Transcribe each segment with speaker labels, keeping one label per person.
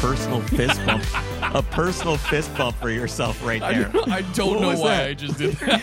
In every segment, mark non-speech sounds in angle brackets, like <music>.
Speaker 1: <laughs> fist bump, a personal fist bump for yourself right
Speaker 2: I,
Speaker 1: there.
Speaker 2: I don't
Speaker 1: What
Speaker 2: know
Speaker 1: was
Speaker 2: why
Speaker 1: that? Oh
Speaker 2: I
Speaker 1: <laughs>
Speaker 2: just did that.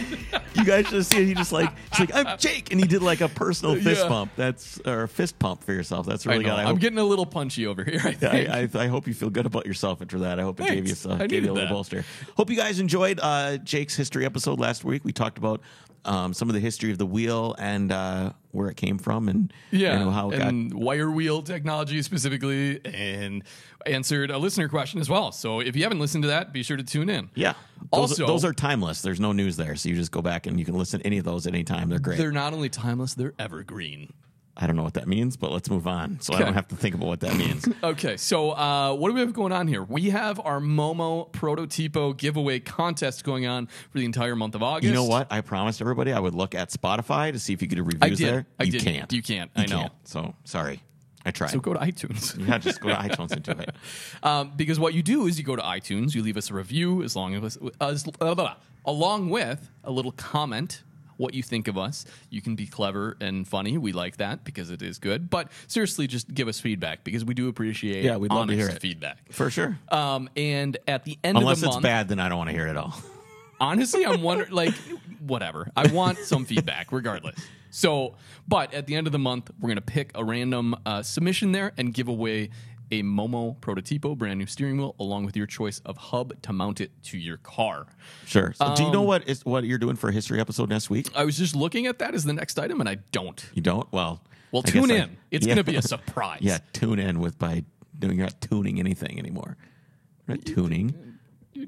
Speaker 1: You guys should have seen. it. He just like he's like I'm Jake, and he did like a personal fist
Speaker 2: Yeah.
Speaker 1: bump. That's or a fist pump for yourself. That's
Speaker 2: I
Speaker 1: really good. I
Speaker 2: am
Speaker 1: hope,
Speaker 2: getting a little punchy over here. I think.
Speaker 1: I, I, I hope you feel good about yourself after that. I hope it gave you,
Speaker 2: Thanks.
Speaker 1: uh,
Speaker 2: I
Speaker 1: gave you a
Speaker 2: needed
Speaker 1: little
Speaker 2: that.
Speaker 1: bolster. Hope you guys enjoyed uh, Jake's history episode last week. We talked about um, some of the history of the wheel and uh, where it came from, and
Speaker 2: yeah,
Speaker 1: you know, how it got
Speaker 2: and wire wheel technology specifically, and answered a listener question as well. So if you haven't listened to that, be sure to tune in.
Speaker 1: Yeah. Those,
Speaker 2: Also-
Speaker 1: those are timeless. There's no news there. So you just go back and you can listen to any of those at any time. They're great.
Speaker 2: They're not only timeless, they're evergreen.
Speaker 1: I don't know what that means, but let's move on. So I
Speaker 2: Okay.
Speaker 1: don't have to think about what that
Speaker 2: <laughs>
Speaker 1: means.
Speaker 2: Okay, so uh, what do we have going on here? We have our Momo Prototipo giveaway contest going on for the entire month of August.
Speaker 1: you know what? I promised everybody I would look at Spotify to see if you could do reviews
Speaker 2: I did.
Speaker 1: there.
Speaker 2: I
Speaker 1: you
Speaker 2: did.
Speaker 1: can't.
Speaker 2: You can't. I know.
Speaker 1: So sorry. I tried.
Speaker 2: So go to iTunes.
Speaker 1: <laughs> yeah, just go to iTunes and do
Speaker 2: <laughs>
Speaker 1: it.
Speaker 2: Um, because what you do is you go to iTunes, you leave us a review as long as as- blah, blah, blah, along with a little comment what you think of us. You can be clever and funny. We like that because it is good. But seriously, just give us feedback because we do appreciate
Speaker 1: Yeah, we'd love to
Speaker 2: honest
Speaker 1: hear it.
Speaker 2: feedback.
Speaker 1: For sure.
Speaker 2: Um, and at the end
Speaker 1: Unless
Speaker 2: of the
Speaker 1: it's
Speaker 2: month,
Speaker 1: bad, then I don't want to hear it at all. <laughs>
Speaker 2: honestly, I'm wondering, like, whatever. I want some feedback regardless. So, but at the end of the month, we're going to pick a random uh, submission there and give away a Momo Prototipo brand new steering wheel along with your choice of hub to mount it to your car.
Speaker 1: Sure. So do you
Speaker 2: Um,
Speaker 1: know what is what you're doing for a history episode next week?
Speaker 2: I was just looking at that as the next item and I don't.
Speaker 1: You don't? Well,
Speaker 2: Well,
Speaker 1: I guess
Speaker 2: tune
Speaker 1: I-
Speaker 2: in.
Speaker 1: <laughs>
Speaker 2: it's
Speaker 1: Yeah.
Speaker 2: going to be a surprise.
Speaker 1: Yeah, tune in with by no, you're not tuning anything anymore. You're not tuning.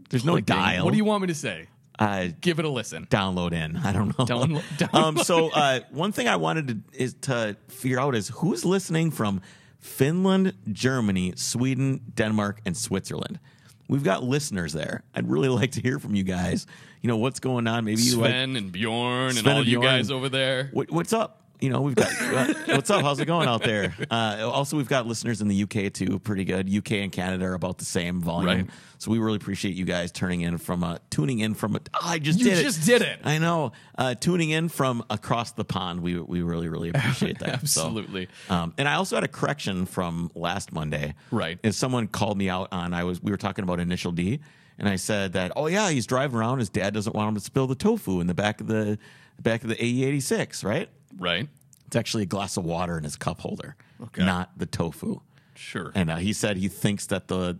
Speaker 1: There's no
Speaker 2: Clicking.
Speaker 1: dial.
Speaker 2: What do you want me to say?
Speaker 1: uh,
Speaker 2: Give it a listen.
Speaker 1: download in? I don't know.
Speaker 2: Downlo- download.
Speaker 1: <laughs> Um, so uh, one thing I wanted to is to figure out is who's listening from Finland, Germany, Sweden, Denmark, and Switzerland. We've got listeners there. I'd really <laughs> like to hear from you guys. You know what's going on. Maybe you like
Speaker 2: Sven and Bjorn and
Speaker 1: Sven
Speaker 2: all
Speaker 1: and
Speaker 2: you
Speaker 1: Bjorn.
Speaker 2: guys over there.
Speaker 1: what, what's up? You know, we've got uh, what's up? How's it going out
Speaker 2: <laughs>
Speaker 1: there? Uh, also, we've got listeners in the UK too, pretty good. UK and Canada are about the same volume,
Speaker 2: Right.
Speaker 1: so we really appreciate you guys turning in from uh, tuning in from. oh, I just
Speaker 2: You
Speaker 1: did it.
Speaker 2: just did it.
Speaker 1: I know. Uh, tuning in from across the pond, we we really really appreciate
Speaker 2: <laughs>
Speaker 1: that. So,
Speaker 2: Absolutely.
Speaker 1: um, and I also had a correction from last Monday.
Speaker 2: Right.
Speaker 1: Is someone called me out on I was we were talking about Initial D, and I said that oh yeah he's driving around his dad doesn't want him to spill the tofu in the back of the back of the AE eighty six right.
Speaker 2: Right?
Speaker 1: It's actually a glass of water in his cup holder,
Speaker 2: Okay.
Speaker 1: not the tofu.
Speaker 2: Sure.
Speaker 1: And uh, he said he thinks that the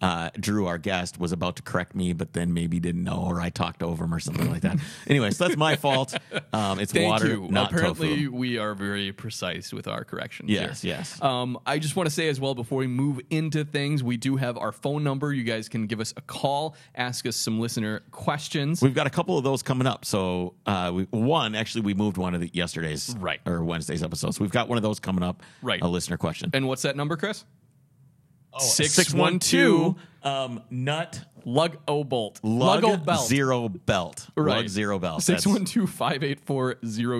Speaker 1: uh, Drew, our guest, was about to correct me, but then maybe didn't know, or I talked over him, or something like
Speaker 2: <laughs>
Speaker 1: that. Anyway, so that's my fault. Um, it's
Speaker 2: Thank
Speaker 1: water,
Speaker 2: you.
Speaker 1: not
Speaker 2: Apparently,
Speaker 1: tofu.
Speaker 2: we are very precise with our corrections.
Speaker 1: Yes,
Speaker 2: here.
Speaker 1: yes.
Speaker 2: Um, I just want to say as well before we move into things, we do have our phone number. You guys can give us a call, ask us some listener questions.
Speaker 1: We've got a couple of those coming up. So uh, we, one, actually, we moved one of the yesterday's
Speaker 2: Right.
Speaker 1: or Wednesday's episodes. We've got one of those coming up.
Speaker 2: Right.
Speaker 1: a listener question.
Speaker 2: and what's that number, Chris?
Speaker 1: Six one two um, nut
Speaker 2: lug o bolt
Speaker 1: lug,
Speaker 2: lug o belt
Speaker 1: zero belt
Speaker 2: Right.
Speaker 1: lug zero belt That's-
Speaker 2: 612 584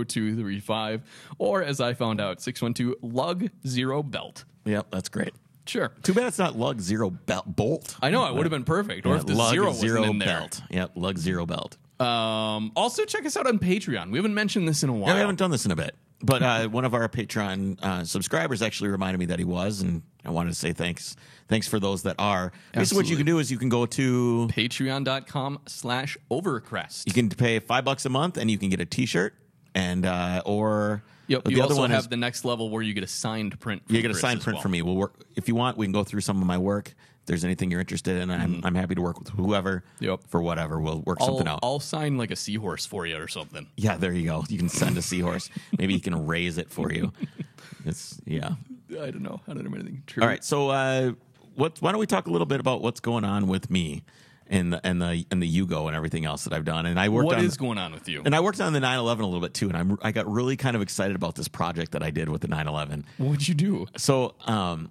Speaker 2: 0235. Or as I found out, 612 lug zero belt.
Speaker 1: Yep, that's great.
Speaker 2: Sure.
Speaker 1: Too bad it's not lug zero belt bolt.
Speaker 2: I know, it would have been perfect. Or if the
Speaker 1: lug
Speaker 2: zero wasn't in there.
Speaker 1: belt. Yep, lug zero belt.
Speaker 2: Um, also, check us out on Patreon. We haven't mentioned this in a while.
Speaker 1: Yeah, we haven't done this in a bit, but uh, one of our Patreon uh, subscribers actually reminded me that he was, and I wanted to say thanks. Thanks for those that are. Basically, what you
Speaker 2: Absolutely.
Speaker 1: can do is you can go to
Speaker 2: patreon.com slash overcrest
Speaker 1: you can pay five bucks a month, and you can get a T-shirt, and uh, or
Speaker 2: yep,
Speaker 1: but
Speaker 2: you
Speaker 1: the
Speaker 2: also
Speaker 1: other one
Speaker 2: have
Speaker 1: is
Speaker 2: the next level where you get a signed print from
Speaker 1: you get a
Speaker 2: Chris
Speaker 1: signed
Speaker 2: as
Speaker 1: print
Speaker 2: well.
Speaker 1: from me. We'll work if you want. We can go through some of my work. If there's anything you're interested in, I'm, I'm happy to work with whoever
Speaker 2: Mm-hmm. Yep.
Speaker 1: for whatever. We'll work
Speaker 2: I'll,
Speaker 1: something out.
Speaker 2: I'll sign like a seahorse for you or something
Speaker 1: Yeah, there you go. You can send a seahorse. Maybe he can raise it for
Speaker 2: <laughs>
Speaker 1: you. It's yeah.
Speaker 2: i don't know i don't know anything true
Speaker 1: All right. So uh, what? Why don't we talk a little bit about what's going on with me and the and the and the Yugo and everything else that I've done. And I worked
Speaker 2: what
Speaker 1: on
Speaker 2: is going on with you
Speaker 1: and I worked on the 9/11 a little bit too. And I'm I got really kind of excited about this project that I did with the 9/11.
Speaker 2: what'd you do
Speaker 1: So, um,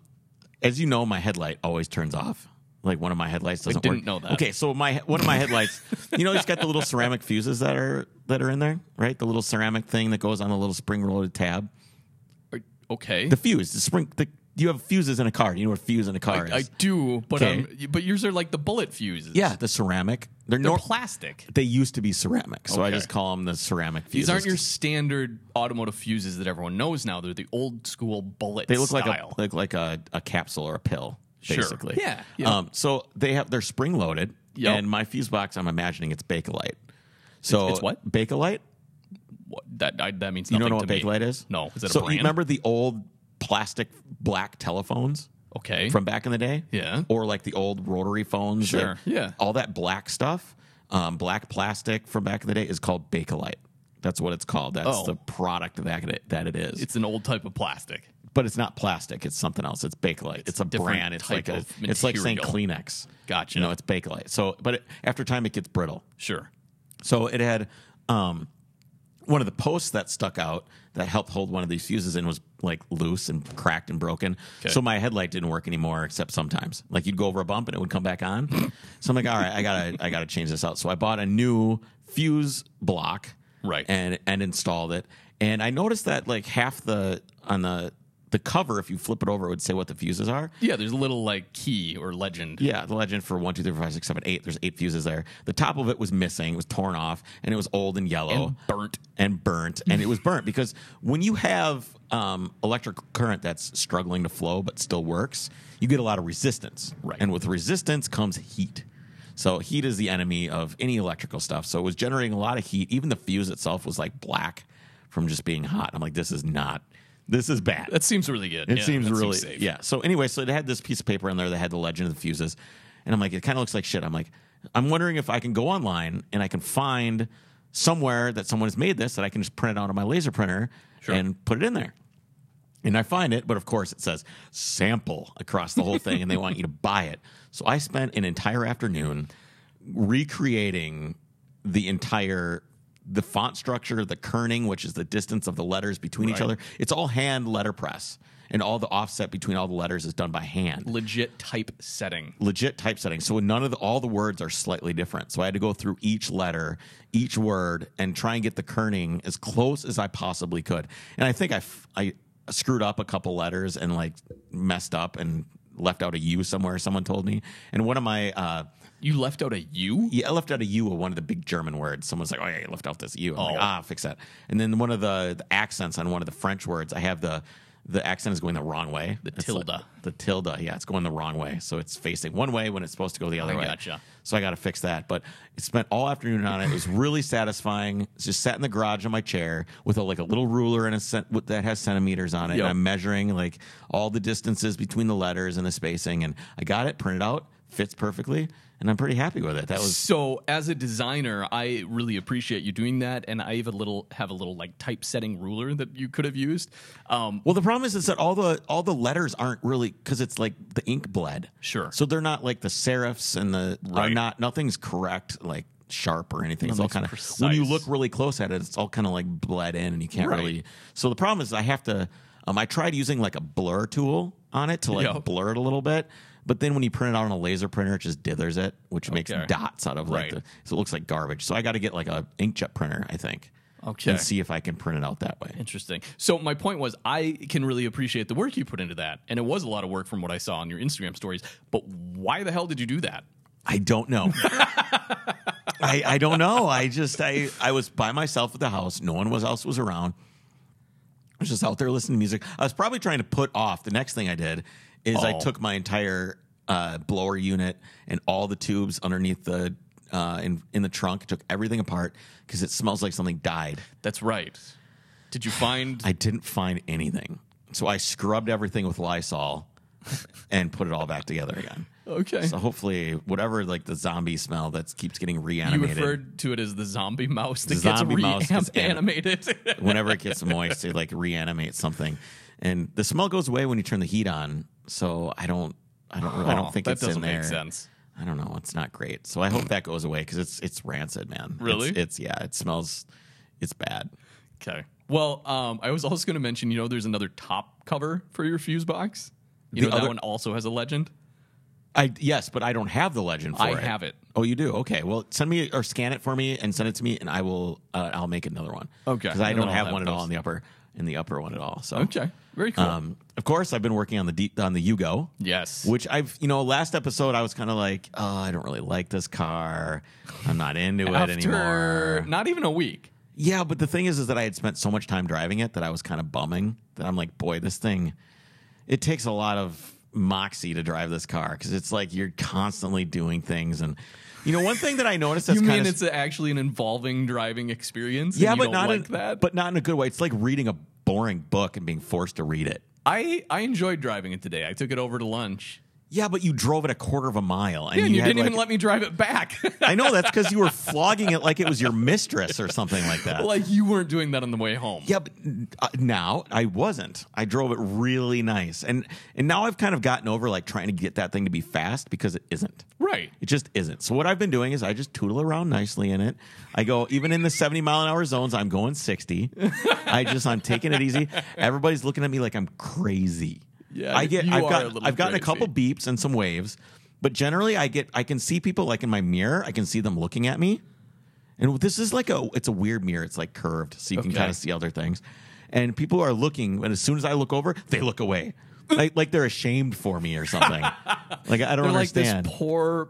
Speaker 1: as you know, my headlight always turns off. Like one of my headlights doesn't
Speaker 2: didn't
Speaker 1: work.
Speaker 2: know that.
Speaker 1: Okay, so my one of my headlights, you know, it's got the little ceramic fuses that are that are in there, right? The little ceramic thing that goes on the little spring-loaded tab.
Speaker 2: okay
Speaker 1: The fuse, the spring. The, you have fuses in a car. You know what a fuse in a car is?
Speaker 2: i do but
Speaker 1: Okay.
Speaker 2: um but yours are like the bullet fuses
Speaker 1: yeah, the ceramic. They're,
Speaker 2: they're
Speaker 1: nor-
Speaker 2: plastic
Speaker 1: They used to be ceramic, so I
Speaker 2: Okay.
Speaker 1: just call them the ceramic fuses.
Speaker 2: these aren't your standard automotive fuses that everyone knows now. They're the old school bullet.
Speaker 1: They look
Speaker 2: style.
Speaker 1: like a like like a, a capsule or a pill.
Speaker 2: Sure.
Speaker 1: basically.
Speaker 2: Yeah, yeah.
Speaker 1: Um, so they have they're spring loaded,
Speaker 2: Yep.
Speaker 1: and my fuse box. I'm imagining it's bakelite. So
Speaker 2: It's- it's what?
Speaker 1: bakelite?
Speaker 2: What, that I, that means
Speaker 1: You don't
Speaker 2: nothing
Speaker 1: know what
Speaker 2: to me.
Speaker 1: bakelite is?
Speaker 2: No, is that
Speaker 1: so
Speaker 2: a brand?
Speaker 1: you remember the old plastic black telephones?
Speaker 2: okay,
Speaker 1: from back in the day.
Speaker 2: Yeah.
Speaker 1: Or like the old rotary phones.
Speaker 2: Sure,
Speaker 1: that-
Speaker 2: yeah.
Speaker 1: All that black stuff, um, black plastic from back in the day is called Bakelite. That's what it's called. That's
Speaker 2: Oh.
Speaker 1: the product of that it, that it is.
Speaker 2: it's an old type of plastic.
Speaker 1: but it's not plastic. It's something else. It's Bakelite. It's, a
Speaker 2: different
Speaker 1: brand. It's like
Speaker 2: type
Speaker 1: a,
Speaker 2: of
Speaker 1: it's like saying
Speaker 2: material.
Speaker 1: Kleenex.
Speaker 2: Gotcha.
Speaker 1: You know, it's Bakelite. So, but it, after time, it gets brittle.
Speaker 2: Sure.
Speaker 1: So it had um, one of the posts that stuck out that helped hold one of these fuses in was like loose and cracked and broken.
Speaker 2: Okay.
Speaker 1: So my headlight didn't work anymore, except sometimes. Like you'd go over a bump and it would come back on. so I'm like, all right, I gotta, I gotta change this out. So I bought a new fuse block,
Speaker 2: Right.
Speaker 1: and and installed it. And I noticed that like half the on the the cover, if you flip it over, it would say what the fuses are.
Speaker 2: Yeah, there's a little like key or legend.
Speaker 1: Yeah, the legend for one, two, three, four, five, six, seven, eight. There's eight fuses there. The top of it was missing. It was torn off, and it was old and yellow,
Speaker 2: And burnt.
Speaker 1: and burnt. And it was burnt because when you have um, electric current that's struggling to flow but still works, you get a lot of resistance.
Speaker 2: Right.
Speaker 1: And with resistance comes heat. So heat is the enemy of any electrical stuff. So it was generating a lot of heat. Even the fuse itself was like black from just being hot. I'm like, this is not. This is bad.
Speaker 2: <laughs> That seems really good.
Speaker 1: It
Speaker 2: Yeah,
Speaker 1: seems
Speaker 2: that
Speaker 1: really
Speaker 2: safe.
Speaker 1: yeah. So anyway, so it had this piece of paper in there that had the legend of the fuses, and I'm like, it kind of looks like shit. I'm like, I'm wondering if I can go online and I can find somewhere that someone has made this that I can just print it out on my laser printer
Speaker 2: Sure.
Speaker 1: and put it in there. And I find it, but of course it says sample across the whole thing, and they want you to buy it. So I spent an entire afternoon recreating the entire the font structure, the kerning, which is the distance of the letters between each
Speaker 2: Right.
Speaker 1: other. It's all hand letterpress, and all the offset between all the letters is done by hand
Speaker 2: Legit type setting.
Speaker 1: legit typesetting. So none of the, all the words are slightly different. So I had to go through each letter, each word, and try and get the kerning as close as I possibly could. And I think I, f- I screwed up a couple letters and like messed up and left out a U somewhere. Someone told me. And one of my uh,
Speaker 2: You left out a U.
Speaker 1: yeah, I left out a U of one of the big German words. Someone's like, "Oh yeah, you left out this U." I'm like,
Speaker 2: Oh.
Speaker 1: "Ah, fix that." And then one of the, the accents on one of the French words, I have the the accent is going the wrong way. The
Speaker 2: tilde.
Speaker 1: the tilde. Yeah, it's going the wrong way, so it's facing one way when it's supposed to go the other
Speaker 2: I
Speaker 1: way.
Speaker 2: gotcha.
Speaker 1: So I got to fix that. But it spent all afternoon on it. It was really satisfying. Just sat in the garage on my chair with a, like a little ruler and a cent- with- that has centimeters on it.
Speaker 2: Yep.
Speaker 1: And I'm measuring like all the distances between the letters and the spacing. And I got it printed out. Fits perfectly, and I'm pretty happy with it. That was
Speaker 2: So as a designer, I really appreciate you doing that, and I have a little have a little like typesetting ruler that you could have used. Um,
Speaker 1: Well, the problem is, is that all the all the letters aren't really because it's like the ink bled.
Speaker 2: Sure.
Speaker 1: So they're not like the serifs and the are
Speaker 2: Right.
Speaker 1: not nothing's correct like sharp or anything. it's all kind of
Speaker 2: Nothing's
Speaker 1: when you
Speaker 2: precise.
Speaker 1: look really close at it, it's all kind of like bled in and you can't
Speaker 2: Right.
Speaker 1: really. So the problem is, I have to. Um, I tried using like a blur tool on it to like
Speaker 2: Yep.
Speaker 1: blur it a little bit, but then when you print it out on a laser printer, it just dithers it, which makes
Speaker 2: Okay.
Speaker 1: dots out of like
Speaker 2: Right.
Speaker 1: the, so it looks like garbage. So I got to get like a inkjet printer, I think.
Speaker 2: Okay.
Speaker 1: And see if I can print it out that way.
Speaker 2: interesting. So my point was, I can really appreciate the work you put into that, and it was a lot of work from what I saw on your Instagram stories. But why the hell did you do that?
Speaker 1: I don't know. I, I don't know. I just I I was by myself at the house. No one was else was around. I was just out there listening to music. I was probably trying to put off. The next thing I did is I
Speaker 2: Oh.
Speaker 1: took my entire uh, blower unit and all the tubes underneath the uh, in in the trunk. Took everything apart because it smells like something died.
Speaker 2: That's right. Did
Speaker 1: <laughs>
Speaker 2: you find?
Speaker 1: I didn't find anything, so I scrubbed everything with Lysol and put it all back together again.
Speaker 2: okay.
Speaker 1: So hopefully, whatever like the zombie smell that keeps getting
Speaker 2: you
Speaker 1: reanimated,
Speaker 2: <laughs> referred to it as the zombie mouse that
Speaker 1: Zombie mouse
Speaker 2: gets
Speaker 1: gets <laughs>
Speaker 2: reanimated. animated.
Speaker 1: whenever it gets moist, it like reanimates something, and the smell goes away when you turn the heat on. So I don't, I don't, I
Speaker 2: Oh,
Speaker 1: don't think
Speaker 2: that
Speaker 1: it's in
Speaker 2: doesn't
Speaker 1: there.
Speaker 2: make sense.
Speaker 1: I don't know. It's not great. So I hope that goes away because it's it's rancid, man.
Speaker 2: Really?
Speaker 1: It's, it's yeah. It smells. It's bad.
Speaker 2: Okay. Well, um, I was also going to mention, you know, there's another top cover for your fuse box. You
Speaker 1: The
Speaker 2: know, that
Speaker 1: other-
Speaker 2: one also has a legend.
Speaker 1: I yes, but I don't have the legend. for
Speaker 2: I
Speaker 1: it.
Speaker 2: have it.
Speaker 1: Oh, you do? Okay. Well, send me or scan it for me and send it to me, and I will. Uh, I'll make another one.
Speaker 2: Okay.
Speaker 1: Because I
Speaker 2: And then
Speaker 1: don't
Speaker 2: I'll
Speaker 1: have
Speaker 2: have
Speaker 1: one at all
Speaker 2: those.
Speaker 1: in the upper in the upper one at all. So
Speaker 2: Okay. Very cool.
Speaker 1: Um, of course, I've been working on the D- on the Yugo.
Speaker 2: yes.
Speaker 1: Which I've, you know, last episode I was kind of like, oh, I don't really like this car. I'm not into it
Speaker 2: After
Speaker 1: anymore.
Speaker 2: not even a week.
Speaker 1: Yeah, but the thing is, is that I had spent so much time driving it that I was kind of bumming that I'm like, boy, this thing, it takes a lot of moxie to drive this car because it's like you're constantly doing things. And you know, one thing that I noticed that's
Speaker 2: <laughs> You mean
Speaker 1: kind of
Speaker 2: it's actually an involving driving experience? and
Speaker 1: yeah,
Speaker 2: you
Speaker 1: but
Speaker 2: don't
Speaker 1: not
Speaker 2: like
Speaker 1: in,
Speaker 2: that.
Speaker 1: but not in a good way. It's like reading a boring book and being forced to read it.
Speaker 2: I I enjoyed driving it today. I took it over to lunch.
Speaker 1: Yeah, but you drove it a quarter of a mile, and
Speaker 2: Yeah, and you,
Speaker 1: had,
Speaker 2: didn't
Speaker 1: like-
Speaker 2: even let me drive it back. <laughs>
Speaker 1: <laughs> I know that's because you were flogging it like it was your mistress or something like that.
Speaker 2: like you weren't doing that on the way home.
Speaker 1: Yeah, but uh, now I wasn't. I drove it really nice, and and now I've kind of gotten over like trying to get that thing to be fast because it isn't.
Speaker 2: Right.
Speaker 1: It just isn't. So what I've been doing is I just tootle around nicely in it. I go even in the seventy mile an hour zones. I'm going
Speaker 2: <laughs>
Speaker 1: sixty. I just I'm taking it easy. Everybody's looking at me like I'm crazy.
Speaker 2: Yeah,
Speaker 1: I get.
Speaker 2: you
Speaker 1: I've
Speaker 2: are
Speaker 1: got.
Speaker 2: a little
Speaker 1: I've gotten a
Speaker 2: crazy.
Speaker 1: couple beeps and some waves, but generally I get. I can see people like in my mirror. I can see them looking at me. And this is like a it's a weird mirror. It's like curved, so you can
Speaker 2: Okay.
Speaker 1: kind of see other things. And people are looking, and as soon as I look over, they look away, like like they're ashamed for me or
Speaker 2: <laughs>
Speaker 1: something. like I don't
Speaker 2: They're like this
Speaker 1: understand.
Speaker 2: poor,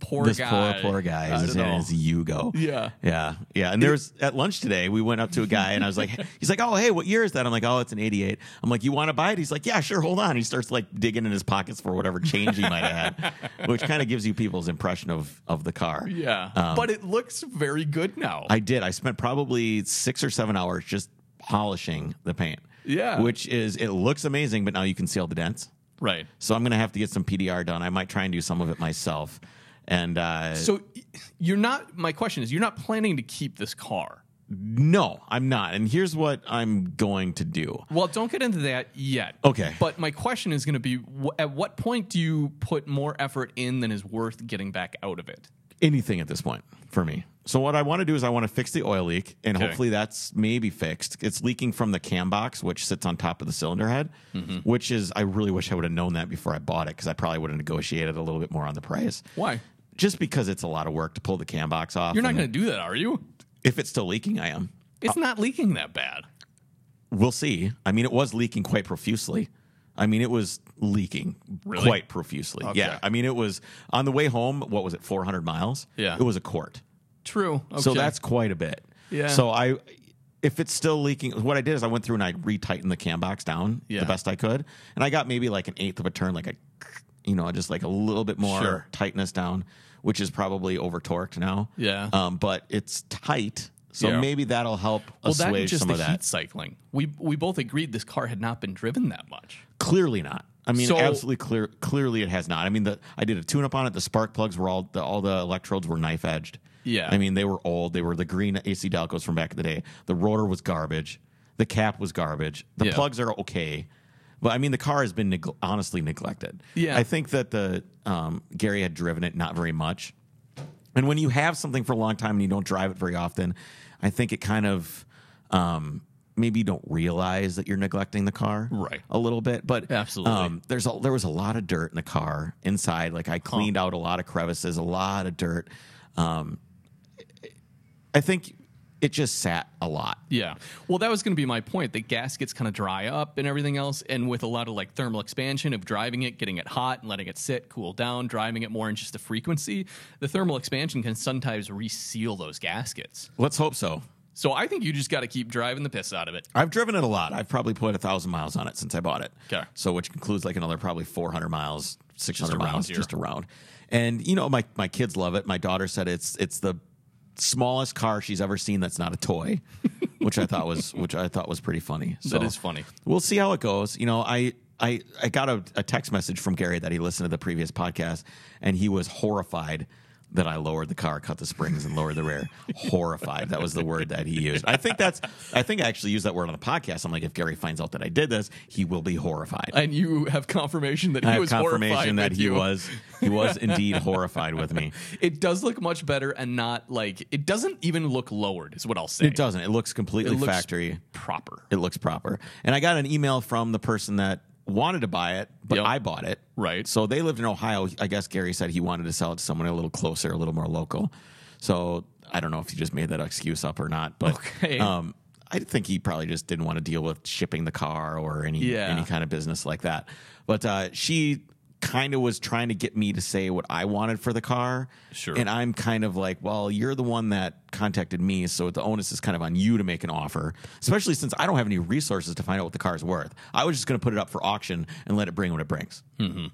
Speaker 2: poor
Speaker 1: this
Speaker 2: guy.
Speaker 1: poor, poor guy.
Speaker 2: I
Speaker 1: His
Speaker 2: don't
Speaker 1: name
Speaker 2: know.
Speaker 1: is Hugo.
Speaker 2: Yeah.
Speaker 1: yeah, yeah. And there's at lunch today, we went up to a guy, and I was like, <laughs> he's like, oh hey, what year is that? I'm like, oh, it's an '88. I'm like, you want to buy it? He's like, yeah, sure. Hold on. He starts like digging in his pockets for whatever change he might have
Speaker 2: <laughs>
Speaker 1: had, which kind of gives you people's impression of of the car.
Speaker 2: Yeah, but it looks very good now.
Speaker 1: Um, I did. I spent probably six or seven hours just polishing the paint.
Speaker 2: Yeah.
Speaker 1: Which is, it looks amazing, but now you can see all the dents. <laughs>
Speaker 2: right.
Speaker 1: So I'm going to have to get some PDR done. I might try and do some of it myself. And uh,
Speaker 2: So y- you're not. My question is, you're not planning to keep this car.
Speaker 1: no, I'm not. And here's what I'm going to do.
Speaker 2: Well, don't get into that yet.
Speaker 1: Okay.
Speaker 2: But my question is going to be: wh- At what point do you put more effort in than is worth getting back out of it?
Speaker 1: anything at this point for me. So what I want to do is I want to fix the oil leak, and
Speaker 2: Okay.
Speaker 1: hopefully that's maybe fixed. It's leaking from the cam box, which sits on top of the cylinder head,
Speaker 2: Mm-hmm.
Speaker 1: which is I really wish I would have known that before I bought it because I probably would have negotiated a little bit more on the price.
Speaker 2: Why?
Speaker 1: Just because it's a lot of work to pull the cam box off.
Speaker 2: You're not
Speaker 1: and
Speaker 2: going to do that, are you?
Speaker 1: if it's still leaking, I am.
Speaker 2: It's not leaking that bad.
Speaker 1: We'll see. I mean, it was leaking quite profusely. I mean, it was leaking
Speaker 2: Really?
Speaker 1: quite profusely. Yeah. I mean, it was on the way home. What was it? 400 miles.
Speaker 2: Yeah.
Speaker 1: It was a quart.
Speaker 2: True. Okay.
Speaker 1: So that's quite a bit.
Speaker 2: Yeah.
Speaker 1: So I, if it's still leaking, what I did is I went through and I retightened the cam box down
Speaker 2: Yeah.
Speaker 1: the best I could, and I got maybe like an eighth of a turn, like a, you know, just like a little bit more
Speaker 2: Sure.
Speaker 1: tightness down, which is probably over torqued now.
Speaker 2: Yeah.
Speaker 1: Um, but it's tight, so
Speaker 2: Yeah.
Speaker 1: maybe that'll help
Speaker 2: well, that and
Speaker 1: assuage
Speaker 2: just
Speaker 1: some
Speaker 2: the
Speaker 1: of
Speaker 2: heat
Speaker 1: that.
Speaker 2: cycling. We we both agreed this car had not been driven that much.
Speaker 1: Clearly not. I mean,
Speaker 2: So-
Speaker 1: absolutely clear. Clearly, it has not. I mean, the I did a tune up on it. The spark plugs were all the all the electrodes were knife edged.
Speaker 2: Yeah.
Speaker 1: I mean, they were old. They were the green AC Dalcos from back in the day. The rotor was garbage. The cap was garbage. The
Speaker 2: Yeah.
Speaker 1: plugs are okay. But I mean, the car has been neg- honestly neglected.
Speaker 2: Yeah.
Speaker 1: I think that the um, Gary had driven it not very much. And when you have something for a long time and you don't drive it very often, I think it kind of um, maybe you don't realize that you're neglecting the car
Speaker 2: Right.
Speaker 1: a little bit. But um,
Speaker 2: Absolutely.
Speaker 1: there's a, there was a lot of dirt in the car inside. Like I cleaned out a lot of crevices, a lot of dirt. Um, I think it just sat a lot.
Speaker 2: Yeah. Well, that was going to be my point. The gaskets kind of dry up and everything else. And with a lot of like thermal expansion of driving it, getting it hot and letting it sit, cool down, driving it more in just the frequency, the thermal expansion can sometimes reseal those gaskets.
Speaker 1: Let's hope so.
Speaker 2: So I think you just got to keep driving the piss out of it.
Speaker 1: I've driven it a lot. I've probably put a thousand miles on it since I bought it.
Speaker 2: 'Kay.
Speaker 1: So which includes like another probably four hundred miles, six hundred
Speaker 2: around
Speaker 1: miles
Speaker 2: here.
Speaker 1: just around. And you know, my my kids love it. My daughter said it's it's the smallest car she's ever seen that's not a toy. <laughs> which I thought was which I thought was pretty funny. So
Speaker 2: is funny.
Speaker 1: We'll see how it goes. You know, I I, I got a, a text message from Gary that he listened to the previous podcast and he was horrified that I lowered the car, cut the springs, and lowered the rear. horrified. That was the word that he used. I think that's I think I actually used that word on the podcast. I'm like, if Gary finds out that I did this, he will be horrified.
Speaker 2: And you have confirmation that he
Speaker 1: I have
Speaker 2: was horrified
Speaker 1: confirmation that
Speaker 2: with
Speaker 1: he
Speaker 2: you.
Speaker 1: was he was indeed horrified with me.
Speaker 2: It does look much better and not like it doesn't even look lowered, is what I'll say.
Speaker 1: It doesn't. It looks completely
Speaker 2: looks
Speaker 1: factory.
Speaker 2: proper.
Speaker 1: It looks proper. And I got an email from the person that wanted to buy it, but
Speaker 2: Yep.
Speaker 1: I bought it.
Speaker 2: Right.
Speaker 1: So they lived in Ohio. I guess Gary said he wanted to sell it to someone a little closer, a little more local. So I don't know if he just made that excuse up or not, but
Speaker 2: Okay.
Speaker 1: um, I think he probably just didn't want to deal with shipping the car or any
Speaker 2: Yeah.
Speaker 1: any kind of business like that. But uh, she kind of was trying to get me to say what I wanted for the car.
Speaker 2: Sure.
Speaker 1: And I'm kind of like, well, you're the one that contacted me, so the onus is kind of on you to make an offer, especially since I don't have any resources to find out what the car's worth. I was just going to put it up for auction and let it bring what it brings. Mm-hmm.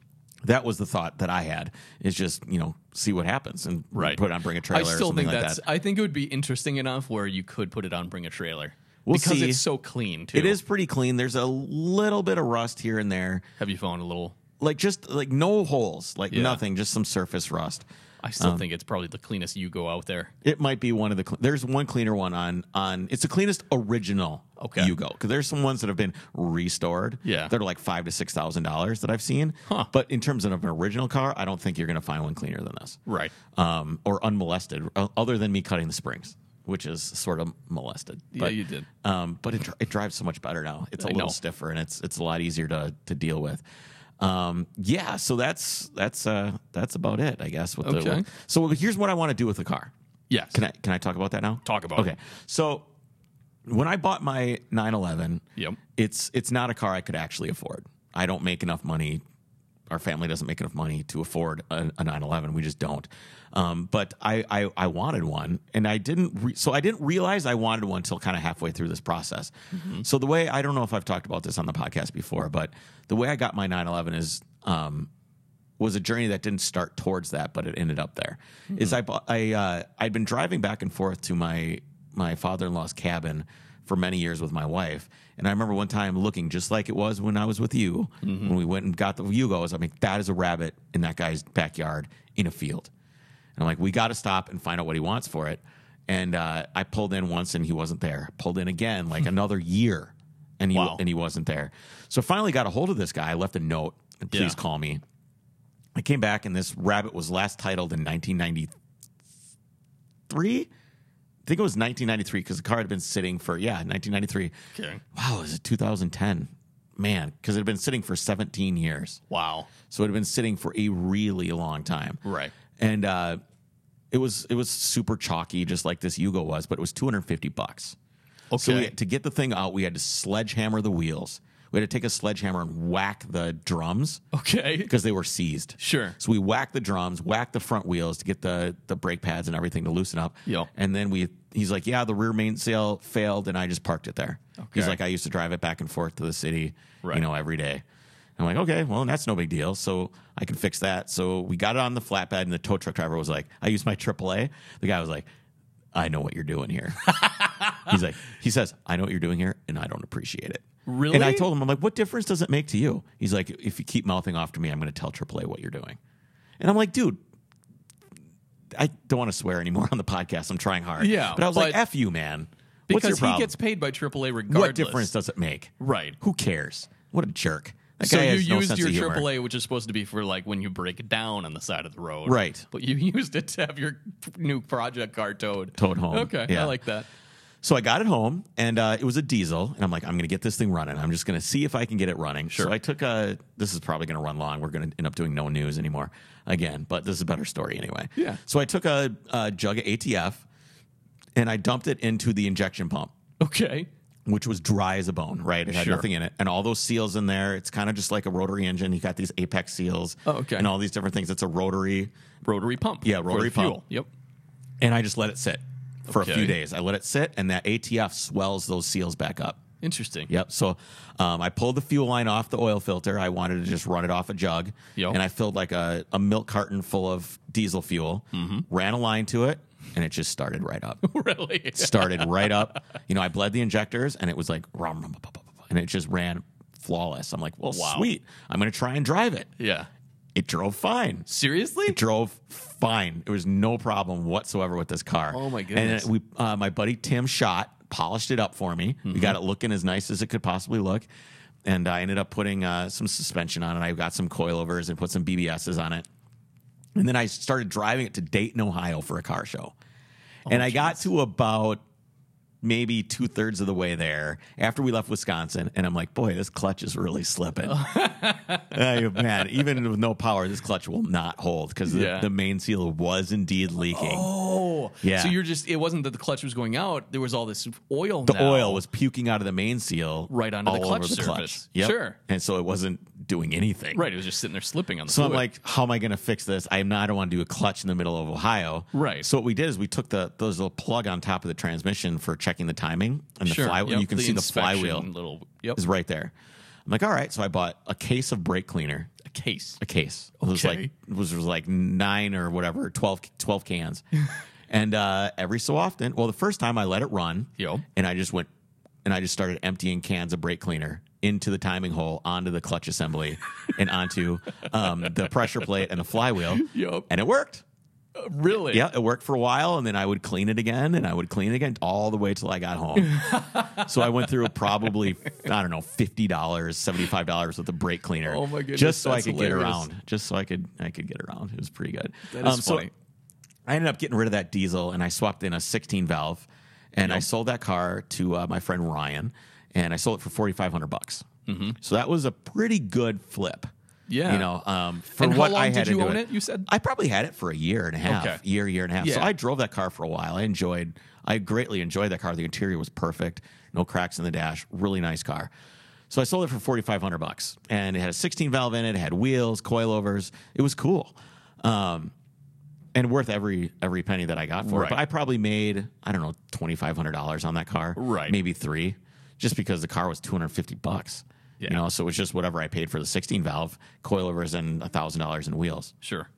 Speaker 1: That was the thought that I had is just, you know, see what happens and
Speaker 2: Right.
Speaker 1: put it on bring a trailer
Speaker 2: I
Speaker 1: or
Speaker 2: still
Speaker 1: something
Speaker 2: think
Speaker 1: like
Speaker 2: that's.
Speaker 1: that.
Speaker 2: I think it would be interesting enough where you could put it on bring a trailer
Speaker 1: We'll
Speaker 2: because
Speaker 1: see.
Speaker 2: it's so clean too.
Speaker 1: It is pretty clean. There's a little bit of rust here and there.
Speaker 2: Have you found a little?
Speaker 1: Like just like no holes, like nothing, just some surface rust.
Speaker 2: I still
Speaker 1: Um,
Speaker 2: think it's probably the cleanest you go out there.
Speaker 1: It might be one of the cle- there's one cleaner one on on it's the cleanest original
Speaker 2: Okay.
Speaker 1: Yugo because there's some ones that have been restored
Speaker 2: Yeah.
Speaker 1: that are like five to six thousand dollars that I've seen.
Speaker 2: Huh.
Speaker 1: But in terms of an original car, I don't think you're going to find one cleaner than this,
Speaker 2: Right.
Speaker 1: Um, or unmolested, o- other than me cutting the springs, which is sort of molested.
Speaker 2: Yeah, you did.
Speaker 1: Um, but it, dr- it drives so much better now. It's a
Speaker 2: I
Speaker 1: little
Speaker 2: know.
Speaker 1: stiffer and it's it's a lot easier to to deal with. Um, yeah, so that's that's uh that's about it, I guess. With the,
Speaker 2: Okay.
Speaker 1: so here's what I want to do with the car.
Speaker 2: Yes.
Speaker 1: Can I can I talk about that now?
Speaker 2: Talk about it.
Speaker 1: Okay. So when I bought my 911,
Speaker 2: Yep.
Speaker 1: it's it's not a car I could actually afford. I don't make enough money. Our family doesn't make enough money to afford a, a 911. We just don't. Um, but I, I I wanted one, and I didn't. Re- so I didn't realize I wanted one until kind of halfway through this process.
Speaker 2: Mm-hmm.
Speaker 1: So the way I don't know if I've talked about this on the podcast before, but the way I got my 911 is um, was a journey that didn't start towards that, but it ended up there. Is I bought, I uh, I'd been driving back and forth to my my father in law's cabin for many years with my wife, and I remember one time looking just like it was when I was with you when we went and got the Yugo. I was like, that is a rabbit in that guy's backyard in a field, and I'm like, we got to stop and find out what he wants for it. And uh, I pulled in once and he wasn't there. Pulled in again like another year, and he
Speaker 2: Wow.
Speaker 1: and he wasn't there. So I finally got a hold of this guy. I left a note. Please
Speaker 2: Yeah.
Speaker 1: call me. I came back and this rabbit was last titled in 1993. I think it was 1993 because the car had been sitting for yeah 1993.
Speaker 2: Okay.
Speaker 1: Wow, is it 2010? Man, because it had been sitting for 17 years,
Speaker 2: Wow.
Speaker 1: so it had been sitting for a really long time.
Speaker 2: Right.
Speaker 1: And uh, it was it was super chalky, just like this Yugo was, but it was 250 bucks. So we,
Speaker 2: Okay.
Speaker 1: to get the thing out, we had to sledgehammer the wheels. We had to take a sledgehammer and whack the drums
Speaker 2: okay.
Speaker 1: because they were seized.
Speaker 2: Sure.
Speaker 1: So we whacked the drums, whacked the front wheels to get the the brake pads and everything to loosen up.
Speaker 2: Yeah.
Speaker 1: And then we he's like, Yeah, the rear mainsail failed and I just parked it there. He's
Speaker 2: Okay.
Speaker 1: like, I used to drive it back and forth to the city, you
Speaker 2: Right.
Speaker 1: know, every day. I'm like, okay, well, that's no big deal. So I can fix that. So we got it on the flatbed, and the tow truck driver was like, I used my AAA. The guy was like, I know what you're doing here. He's like, he says, I know what you're doing here, and I don't appreciate it.
Speaker 2: Really?
Speaker 1: And I told him, I'm like, what difference does it make to you? He's like, if you keep mouthing off to me, I'm going to tell AAA what you're doing. And I'm like, dude, I don't want to swear anymore <laughs> on the podcast. I'm trying hard.
Speaker 2: Yeah,
Speaker 1: But I was like,
Speaker 2: but-
Speaker 1: F you, man. What's your
Speaker 2: <laughs> Because he
Speaker 1: problem?
Speaker 2: gets paid by AAA regardless.
Speaker 1: what difference does it make?
Speaker 2: Right.
Speaker 1: Who cares? What a jerk. That
Speaker 2: So
Speaker 1: guy
Speaker 2: you
Speaker 1: has no
Speaker 2: used
Speaker 1: sense
Speaker 2: your
Speaker 1: of humor.
Speaker 2: AAA, which is supposed to be for like when you break down on the side of the road,
Speaker 1: Right.
Speaker 2: But you <laughs> used it to have your new project car towed.
Speaker 1: Towed home,
Speaker 2: Okay,
Speaker 1: yeah.
Speaker 2: I like that.
Speaker 1: So I got it home, and uh, it was a diesel, and I'm like, I'm going to get this thing running. I'm just going to see if I can get it running. So I took a. This is probably going to run long. We're going to end up doing no news anymore again, but this is a better story anyway.
Speaker 2: Yeah.
Speaker 1: So I took a, a jug of ATF, and I dumped it into the injection pump,
Speaker 2: Okay,
Speaker 1: which was dry as a bone. Right, it had
Speaker 2: Sure.
Speaker 1: nothing in it, and all those seals in there. It's kind of just like a rotary engine. You got these apex seals,
Speaker 2: Oh, okay.
Speaker 1: and all these different things. It's a rotary.
Speaker 2: rotary pump.
Speaker 1: Yeah,
Speaker 2: for
Speaker 1: rotary
Speaker 2: the fuel.
Speaker 1: pump.
Speaker 2: Yep.
Speaker 1: and I just let it sit for a
Speaker 2: Okay.
Speaker 1: few days. I let it sit, and that ATF swells those seals back up.
Speaker 2: Interesting.
Speaker 1: Yep. So um, I pulled the fuel line off the oil filter. I wanted to just run it off a jug,
Speaker 2: Yep.
Speaker 1: and I filled like a, a milk carton full of diesel fuel. Ran a line to it, and it just started right up.
Speaker 2: <laughs> Mm-hmm. <laughs> really.
Speaker 1: started right up. You know, I bled the injectors, and it was like rum, rum, bu- bu- bu- bu- and it just ran flawless. I'm like, well,
Speaker 2: Wow.
Speaker 1: sweet. I'm gonna try and drive it.
Speaker 2: Yeah.
Speaker 1: It drove fine
Speaker 2: Seriously?
Speaker 1: drove fine. There was no problem whatsoever with this car.
Speaker 2: Oh, my goodness.
Speaker 1: And we, uh, my buddy Tim shot, polished it up for me.
Speaker 2: Mm-hmm.
Speaker 1: We got it looking as nice as it could possibly look. And I ended up putting uh, some suspension on it. I got some coilovers and put some BBSs on it. And then I started driving it to Dayton, Ohio for a car show.
Speaker 2: Oh,
Speaker 1: and I got to about maybe two thirds of the way there after we left Wisconsin. And I'm like, boy, this clutch is really slipping.
Speaker 2: Oh.
Speaker 1: <laughs> I, man, even with no power, this clutch will not hold because
Speaker 2: Yeah.
Speaker 1: the, the main seal was indeed leaking. Oh.
Speaker 2: oil.
Speaker 1: Yeah.
Speaker 2: So you're just it wasn't that the clutch was going out. There was all this oil.
Speaker 1: the oil was puking out of the main seal
Speaker 2: Right onto the
Speaker 1: all
Speaker 2: clutch
Speaker 1: over the
Speaker 2: surface.
Speaker 1: clutch. Yep.
Speaker 2: Sure.
Speaker 1: And so it wasn't doing anything.
Speaker 2: right. It was just sitting there slipping on the.
Speaker 1: So I'm
Speaker 2: fluid.
Speaker 1: like, how am I going to fix this? I am not. I don't want to do a clutch in the middle of Ohio.
Speaker 2: Right.
Speaker 1: So what we did is we took the those little plug on top of the transmission for checking the timing and the
Speaker 2: Sure.
Speaker 1: flywheel.
Speaker 2: Yep,
Speaker 1: you can see the
Speaker 2: inspection
Speaker 1: flywheel
Speaker 2: Little yep.
Speaker 1: is right there. I'm like, all right. So I bought a case of brake cleaner
Speaker 2: A case.
Speaker 1: a case. It was
Speaker 2: Okay.
Speaker 1: like it was, it was like nine or whatever, 12, 12
Speaker 2: <laughs>
Speaker 1: cans. and uh, every so often, well, the first time I let it run,
Speaker 2: Yo.
Speaker 1: and I just went and I just started emptying cans of brake cleaner into the timing hole, onto the clutch assembly, and onto um, the pressure plate and the
Speaker 2: <laughs>
Speaker 1: flywheel.
Speaker 2: Yep.
Speaker 1: And it worked.
Speaker 2: Uh, really?
Speaker 1: Yeah, it worked for a while, and then I would clean it again, and I would clean it again all the way till I got home.
Speaker 2: <laughs>
Speaker 1: so I went through probably I don't know fifty dollars, seventy five dollars with the brake cleaner.
Speaker 2: Oh my goodness,
Speaker 1: Just so I
Speaker 2: that's
Speaker 1: could get
Speaker 2: hilarious.
Speaker 1: around. Just so I could I could get around. It was pretty good. Um,
Speaker 2: That is
Speaker 1: so
Speaker 2: funny.
Speaker 1: I ended up getting rid of that diesel, and I swapped in a sixteen valve, and I sold that car to uh, my friend Ryan, and I sold it for forty five hundred bucks. So that was a pretty good flip.
Speaker 2: Mm-hmm. Yeah.
Speaker 1: you know, um, for
Speaker 2: And how
Speaker 1: what
Speaker 2: long
Speaker 1: I
Speaker 2: did
Speaker 1: had
Speaker 2: you
Speaker 1: into
Speaker 2: own it, you said?
Speaker 1: I probably had it for a year and a half,
Speaker 2: Okay.
Speaker 1: year, year and a half. So
Speaker 2: Yeah.
Speaker 1: I drove that car for a while. I enjoyed, I greatly enjoyed that car. The interior was perfect, no cracks in the dash, really nice car. So I sold it for forty five hundred bucks, and it had a sixteen valve in it. It had wheels, coilovers. It was cool, um, and worth every every penny that I got for
Speaker 2: Right.
Speaker 1: it. But I probably made I don't know twenty five hundred dollars on that car,
Speaker 2: Right.
Speaker 1: Maybe three, just because the car was two hundred fifty bucks.
Speaker 2: Yeah.
Speaker 1: You know, so it was just whatever I paid for the sixteen valve, coilovers, and thousand dollars in wheels.
Speaker 2: Sure.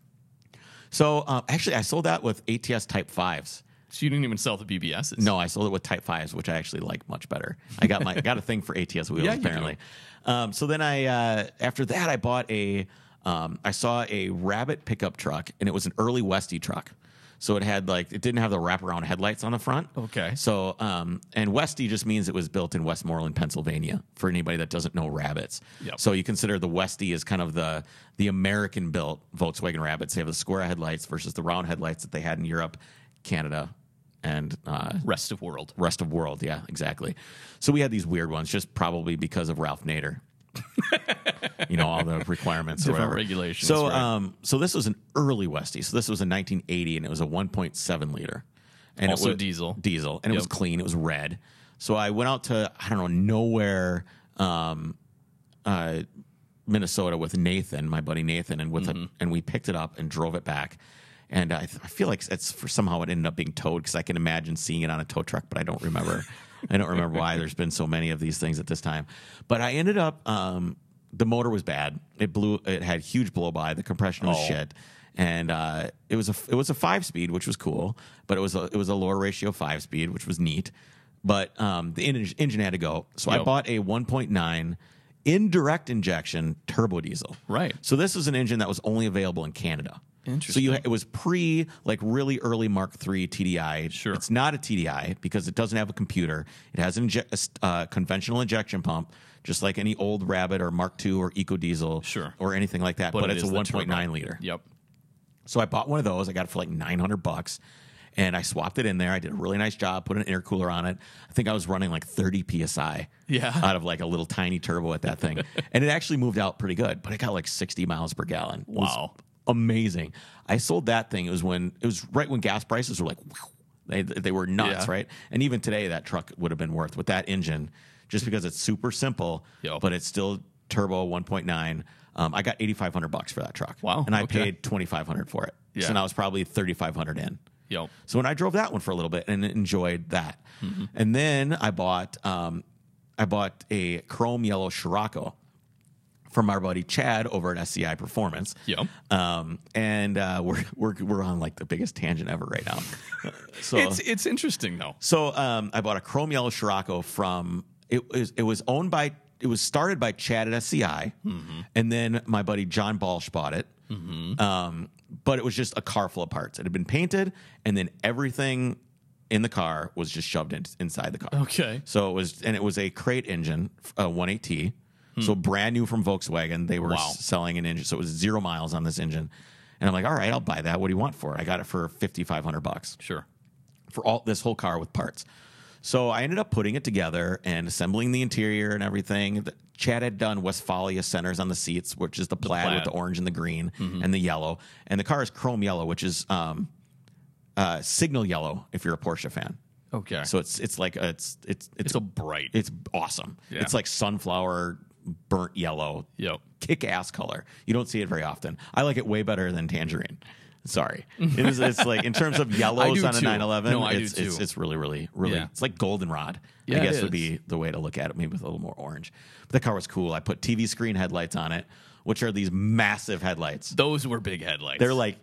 Speaker 1: So uh, actually, I sold that with ATS Type Fives.
Speaker 2: So you didn't even sell the BBSs.
Speaker 1: No, I sold it with Type Fives, which I actually like much better. I got my I got a thing for ATS wheels
Speaker 2: <laughs> Yeah, you do.
Speaker 1: apparently. Um, so then I uh, after that I bought a um, I saw a Rabbit pickup truck and it was an early Westy truck. So it had like it didn't have the wraparound headlights on the front.
Speaker 2: Okay.
Speaker 1: So um, and Westy just means it was built in Westmoreland, Pennsylvania. For anybody that doesn't know rabbits,
Speaker 2: Yep.
Speaker 1: so you consider the Westy as kind of the the American built Volkswagen rabbits. They have the square headlights versus the round headlights that they had in Europe, Canada, and uh,
Speaker 2: Rest of world.
Speaker 1: rest of world. Yeah, exactly. So we had these weird ones, just probably because of Ralph Nader. <laughs> you know all the requirements or
Speaker 2: Different
Speaker 1: whatever
Speaker 2: regulations,
Speaker 1: So,
Speaker 2: right.
Speaker 1: um, so this was an early Westie. So this was in 1980, and it was a 1.7 liter, and
Speaker 2: Also
Speaker 1: it was
Speaker 2: diesel.
Speaker 1: diesel, and it was
Speaker 2: Yep.
Speaker 1: clean. It was red. So I went out to I don't know nowhere, um, uh, Minnesota with Nathan, my buddy Nathan, and with a, and we picked it up and drove it back. And I, I feel like it's for somehow it ended up being towed because I can imagine seeing it on a tow truck, but I don't remember. I don't remember why there's been so many of these things at this time. But I ended up um, the motor was bad. It blew. It had huge blow by. The compression was
Speaker 2: Oh.
Speaker 1: shit. And uh, it was a it was a five speed, which was cool, but it was a, it was a lower ratio five speed, which was neat. But um, the engine, engine had to go, so I
Speaker 2: Yep.
Speaker 1: bought a 1.9 indirect injection turbo diesel.
Speaker 2: Right.
Speaker 1: So this was an engine that was only available in Canada.
Speaker 2: Interesting.
Speaker 1: So you, it was pre like really early Mark III TDI.
Speaker 2: Sure.
Speaker 1: It's not a TDI because it doesn't have a computer. It has an inje- a st- uh, conventional injection pump, just like any old Rabbit or Mark II or Eco Diesel
Speaker 2: Sure.
Speaker 1: or anything like that. But, it's a
Speaker 2: is the
Speaker 1: 1.9
Speaker 2: turbo.
Speaker 1: liter.
Speaker 2: Yep.
Speaker 1: So I bought one of those. I got it for like 900 bucks and I swapped it in there. I did a really nice job, put an intercooler on it. I think I was running like 30 psi
Speaker 2: Yeah.
Speaker 1: out of like a little tiny turbo at that
Speaker 2: <laughs>
Speaker 1: thing. and it actually moved out pretty good, but it got like 60 miles per gallon. It was
Speaker 2: Wow.
Speaker 1: amazing. I sold that thing. It was when it was right when gas prices were like whew. they they were nuts,
Speaker 2: Yeah.
Speaker 1: right? And even today that truck would have been worth with that engine just because it's super simple,
Speaker 2: Yo.
Speaker 1: but it's still turbo 1.9. Um, I got 8500 bucks for that truck.
Speaker 2: Wow,
Speaker 1: And I
Speaker 2: okay.
Speaker 1: paid twenty five hundred for it.
Speaker 2: Yeah.
Speaker 1: So now it's probably thirty five hundred in.
Speaker 2: Yep.
Speaker 1: So when I drove that one for a little bit and enjoyed that,
Speaker 2: Mm-hmm.
Speaker 1: and then I bought um, I bought a chrome yellow Scirocco from our buddy Chad over at SCI Performance.
Speaker 2: Yep.
Speaker 1: Um, and uh, we're we're we're on like the biggest tangent ever right
Speaker 2: <laughs>
Speaker 1: now. so
Speaker 2: It's it's interesting though.
Speaker 1: so um, I bought a chrome yellow Scirocco from it was it was owned by it was started by Chad at SCI,
Speaker 2: Mm-hmm.
Speaker 1: and then my buddy John Balsh bought it. Um, but it was just a car full of parts. It had been painted, and then everything in the car was just shoved in, inside the car.
Speaker 2: Okay.
Speaker 1: So it was, and it was a crate engine, uh, a 180T. So brand new from Volkswagen. They were
Speaker 2: Hmm. Wow.
Speaker 1: selling an engine. So it was zero miles on this engine. And I'm like, all right, I'll buy that. What do you want for it? I got it for 5,500 bucks
Speaker 2: Sure.
Speaker 1: for all this whole car with parts. So I ended up putting it together and assembling the interior and everything. The- Chad had done Westphalia centers on the seats, which is the plaid,
Speaker 2: plaid. Mm-hmm.
Speaker 1: with the orange and the green and the yellow. And the car is chrome yellow, which is um, uh, signal yellow if you're a Porsche fan.
Speaker 2: Okay.
Speaker 1: So it's it's like a, it's it's it's
Speaker 2: it's a bright.
Speaker 1: it's awesome.
Speaker 2: Yeah.
Speaker 1: It's like sunflower burnt yellow.
Speaker 2: Yep.
Speaker 1: Kick ass color. You don't see it very often. I like it way better than tangerine. Sorry. It is, it's like in terms
Speaker 2: <laughs>
Speaker 1: of yellows
Speaker 2: do
Speaker 1: on a
Speaker 2: too.
Speaker 1: 911,
Speaker 2: No, I do
Speaker 1: it's, it's
Speaker 2: too.
Speaker 1: it's really really really
Speaker 2: Yeah.
Speaker 1: it's like goldenrod.
Speaker 2: Yeah,
Speaker 1: I
Speaker 2: it
Speaker 1: guess
Speaker 2: is.
Speaker 1: would be the way to look at it maybe with a little more orange. But the car was cool. I put TV screen headlights on it, which are these massive headlights.
Speaker 2: Those were big headlights.
Speaker 1: They're like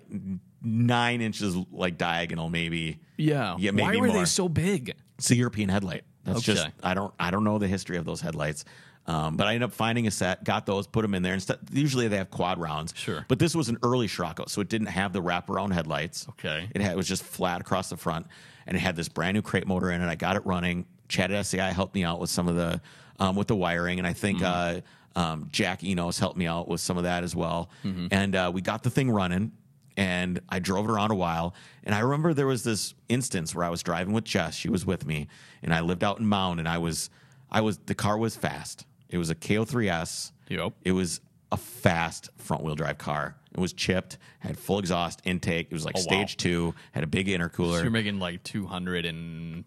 Speaker 1: 9 inches like diagonal maybe.
Speaker 2: yeah.
Speaker 1: Yeah,
Speaker 2: Why
Speaker 1: maybe
Speaker 2: were they
Speaker 1: more.
Speaker 2: so big?
Speaker 1: It's a European headlight. That's
Speaker 2: Okay.
Speaker 1: just I don't I don't know the history of those headlights. Um, but I ended up finding a set, got those, put them in there. Instead, usually they have quad rounds.
Speaker 2: Sure.
Speaker 1: But this was an early Scirocco, so it didn't have the wraparound headlights.
Speaker 2: Okay.
Speaker 1: It, had, it was just flat across the front, and it had this brand new crate motor in it. I got it running. Chad at SCI helped me out with some of the um, with the wiring, and I think uh, um, Jack Enos helped me out with some of that as well. And uh, we got the thing running, and I drove it around a while. And I remember there was this instance where I was driving with Jess. She was with me, and I lived out in Mound, and I was I was the car was fast. It was a KO3S.
Speaker 2: Yep.
Speaker 1: It was a fast front wheel drive car. It was chipped, had full exhaust intake. It was like
Speaker 2: Oh,
Speaker 1: stage two, had a big intercooler.
Speaker 2: You're making like 240.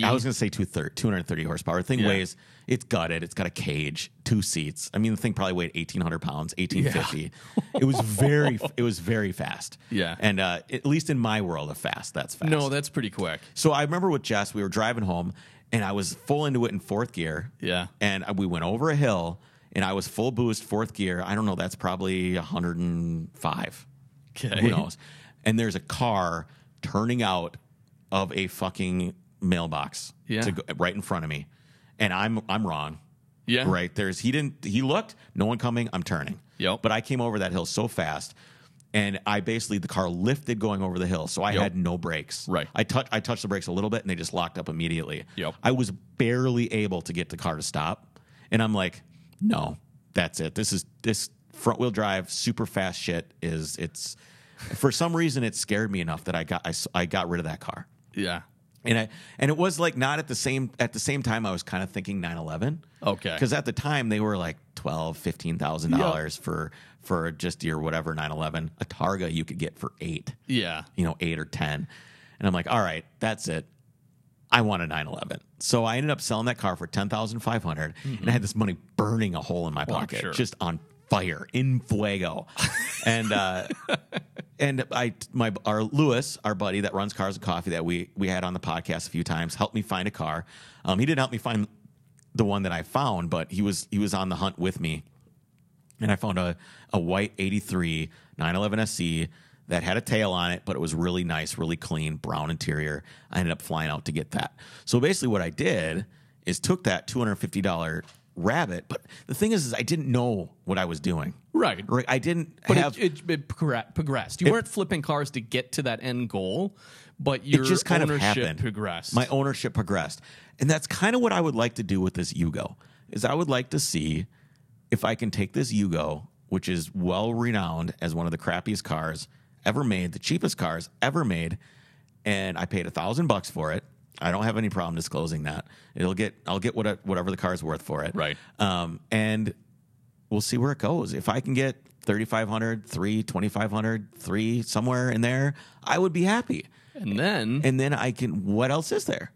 Speaker 1: Thir- I was going to say two thir- 230 horsepower. The thing
Speaker 2: Yeah.
Speaker 1: weighs, it's gutted. It's got a cage, two seats. I mean, the thing probably weighed 1,800 pounds, 1,850. it was
Speaker 2: <laughs>
Speaker 1: very, it was very fast.
Speaker 2: Yeah.
Speaker 1: And uh, at least in my world of fast, that's fast.
Speaker 2: no, that's pretty quick.
Speaker 1: So I remember with Jess, we were driving home, and I was full into it in fourth gear.
Speaker 2: Yeah.
Speaker 1: and we went over a hill, and I was full boost, fourth gear. I don't know. That's probably 105.
Speaker 2: Okay.
Speaker 1: Who knows? And there's a car turning out of a fucking mailbox.
Speaker 2: Yeah.
Speaker 1: To go, right in front of me, and I'm I'm wrong.
Speaker 2: Yeah.
Speaker 1: Right. There's he didn't he looked, no one coming, I'm turning.
Speaker 2: Yep.
Speaker 1: But I came over that hill so fast and I basically the car lifted going over the hill. So I
Speaker 2: Yep.
Speaker 1: had no brakes.
Speaker 2: Right.
Speaker 1: I touched I touched the brakes a little bit and they just locked up immediately.
Speaker 2: Yep.
Speaker 1: I was barely able to get the car to stop. And I'm like, no, that's it. This is this front wheel drive super fast shit is it's for some reason it scared me enough that I got I, s- I got rid of that car
Speaker 2: Yeah.
Speaker 1: and I and it was like not at the same at the same time I was kind of thinking 9/11.
Speaker 2: Okay.
Speaker 1: Cuz at the time they were like 12, 15,000 dollars for for just your whatever 9/11. A Targa you could get for 8,
Speaker 2: Yeah.
Speaker 1: you know, 8 or 10. And I'm like, "All right, that's it. I want a 911." So I ended up selling that car for 10,500 and I had this money burning a hole in my
Speaker 2: I'm
Speaker 1: pocket
Speaker 2: sure.
Speaker 1: just on fire in fuego. and uh and I my our Lewis, our buddy that runs Cars and Coffee that we we had on the podcast a few times, helped me find a car. Um, he didn't help me find the one that I found, but he was he was on the hunt with me, and I found a a white '83 911 SC that had a tail on it, but it was really nice, really clean, brown interior. I ended up flying out to get that. So basically, what I did is took that two hundred fifty dollar rabbit, but the thing is, is I didn't know what I was doing.
Speaker 2: Right.
Speaker 1: Right, I didn't
Speaker 2: But
Speaker 1: have.
Speaker 2: it, it, it progre- progressed. You weren't flipping cars to get to that end goal, but your
Speaker 1: it just kind of
Speaker 2: ownership
Speaker 1: happened.
Speaker 2: progressed.
Speaker 1: My ownership progressed, and that's kind of what I would like to do with this Yugo. Is I would like to see if I can take this Yugo, which is well renowned as one of the crappiest cars ever made, the cheapest cars ever made, and I paid a thousand bucks for it. I don't have any problem disclosing that. It'll get I'll get what, whatever the car's worth for it.
Speaker 2: Right.
Speaker 1: Um, and we'll see where it goes. If I can get 3500, 3 2500, 3 somewhere in there, I would be happy
Speaker 2: and then
Speaker 1: and then I can. What else is there?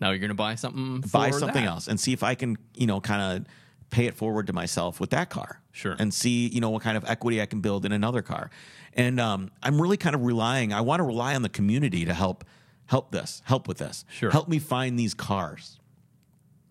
Speaker 2: now you're going to buy something.
Speaker 1: Buy
Speaker 2: for
Speaker 1: something
Speaker 2: that.
Speaker 1: else and see if I can, you know, kind of pay it forward to myself with that car.
Speaker 2: Sure.
Speaker 1: And see, you know, what kind of equity I can build in another car. And um, I'm really kind of relying. I want to rely on the community to help help this, help with this.
Speaker 2: Sure.
Speaker 1: Help me find these cars.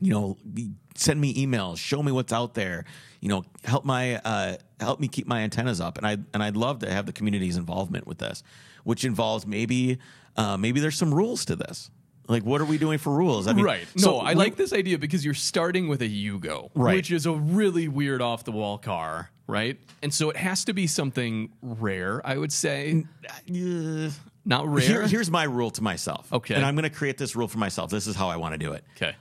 Speaker 1: You know, e, send me emails, show me what's out there. You know, help my uh, help me keep my antennas up. And I and I'd love to have the community's involvement with this, which involves maybe uh, maybe there's some rules to this. Like, what are we doing for rules? I mean,
Speaker 2: right. No,
Speaker 1: so
Speaker 2: I
Speaker 1: we-
Speaker 2: like this idea because you're starting with a Yugo,
Speaker 1: Right.
Speaker 2: which is a really weird off the wall car, right? And so it has to be something rare, I would say.
Speaker 1: uh, Yeah.
Speaker 2: Not rare.
Speaker 1: Here- here's my rule to myself.
Speaker 2: Okay.
Speaker 1: And I'm going to create this rule for myself. This is how I want to do it.
Speaker 2: okay.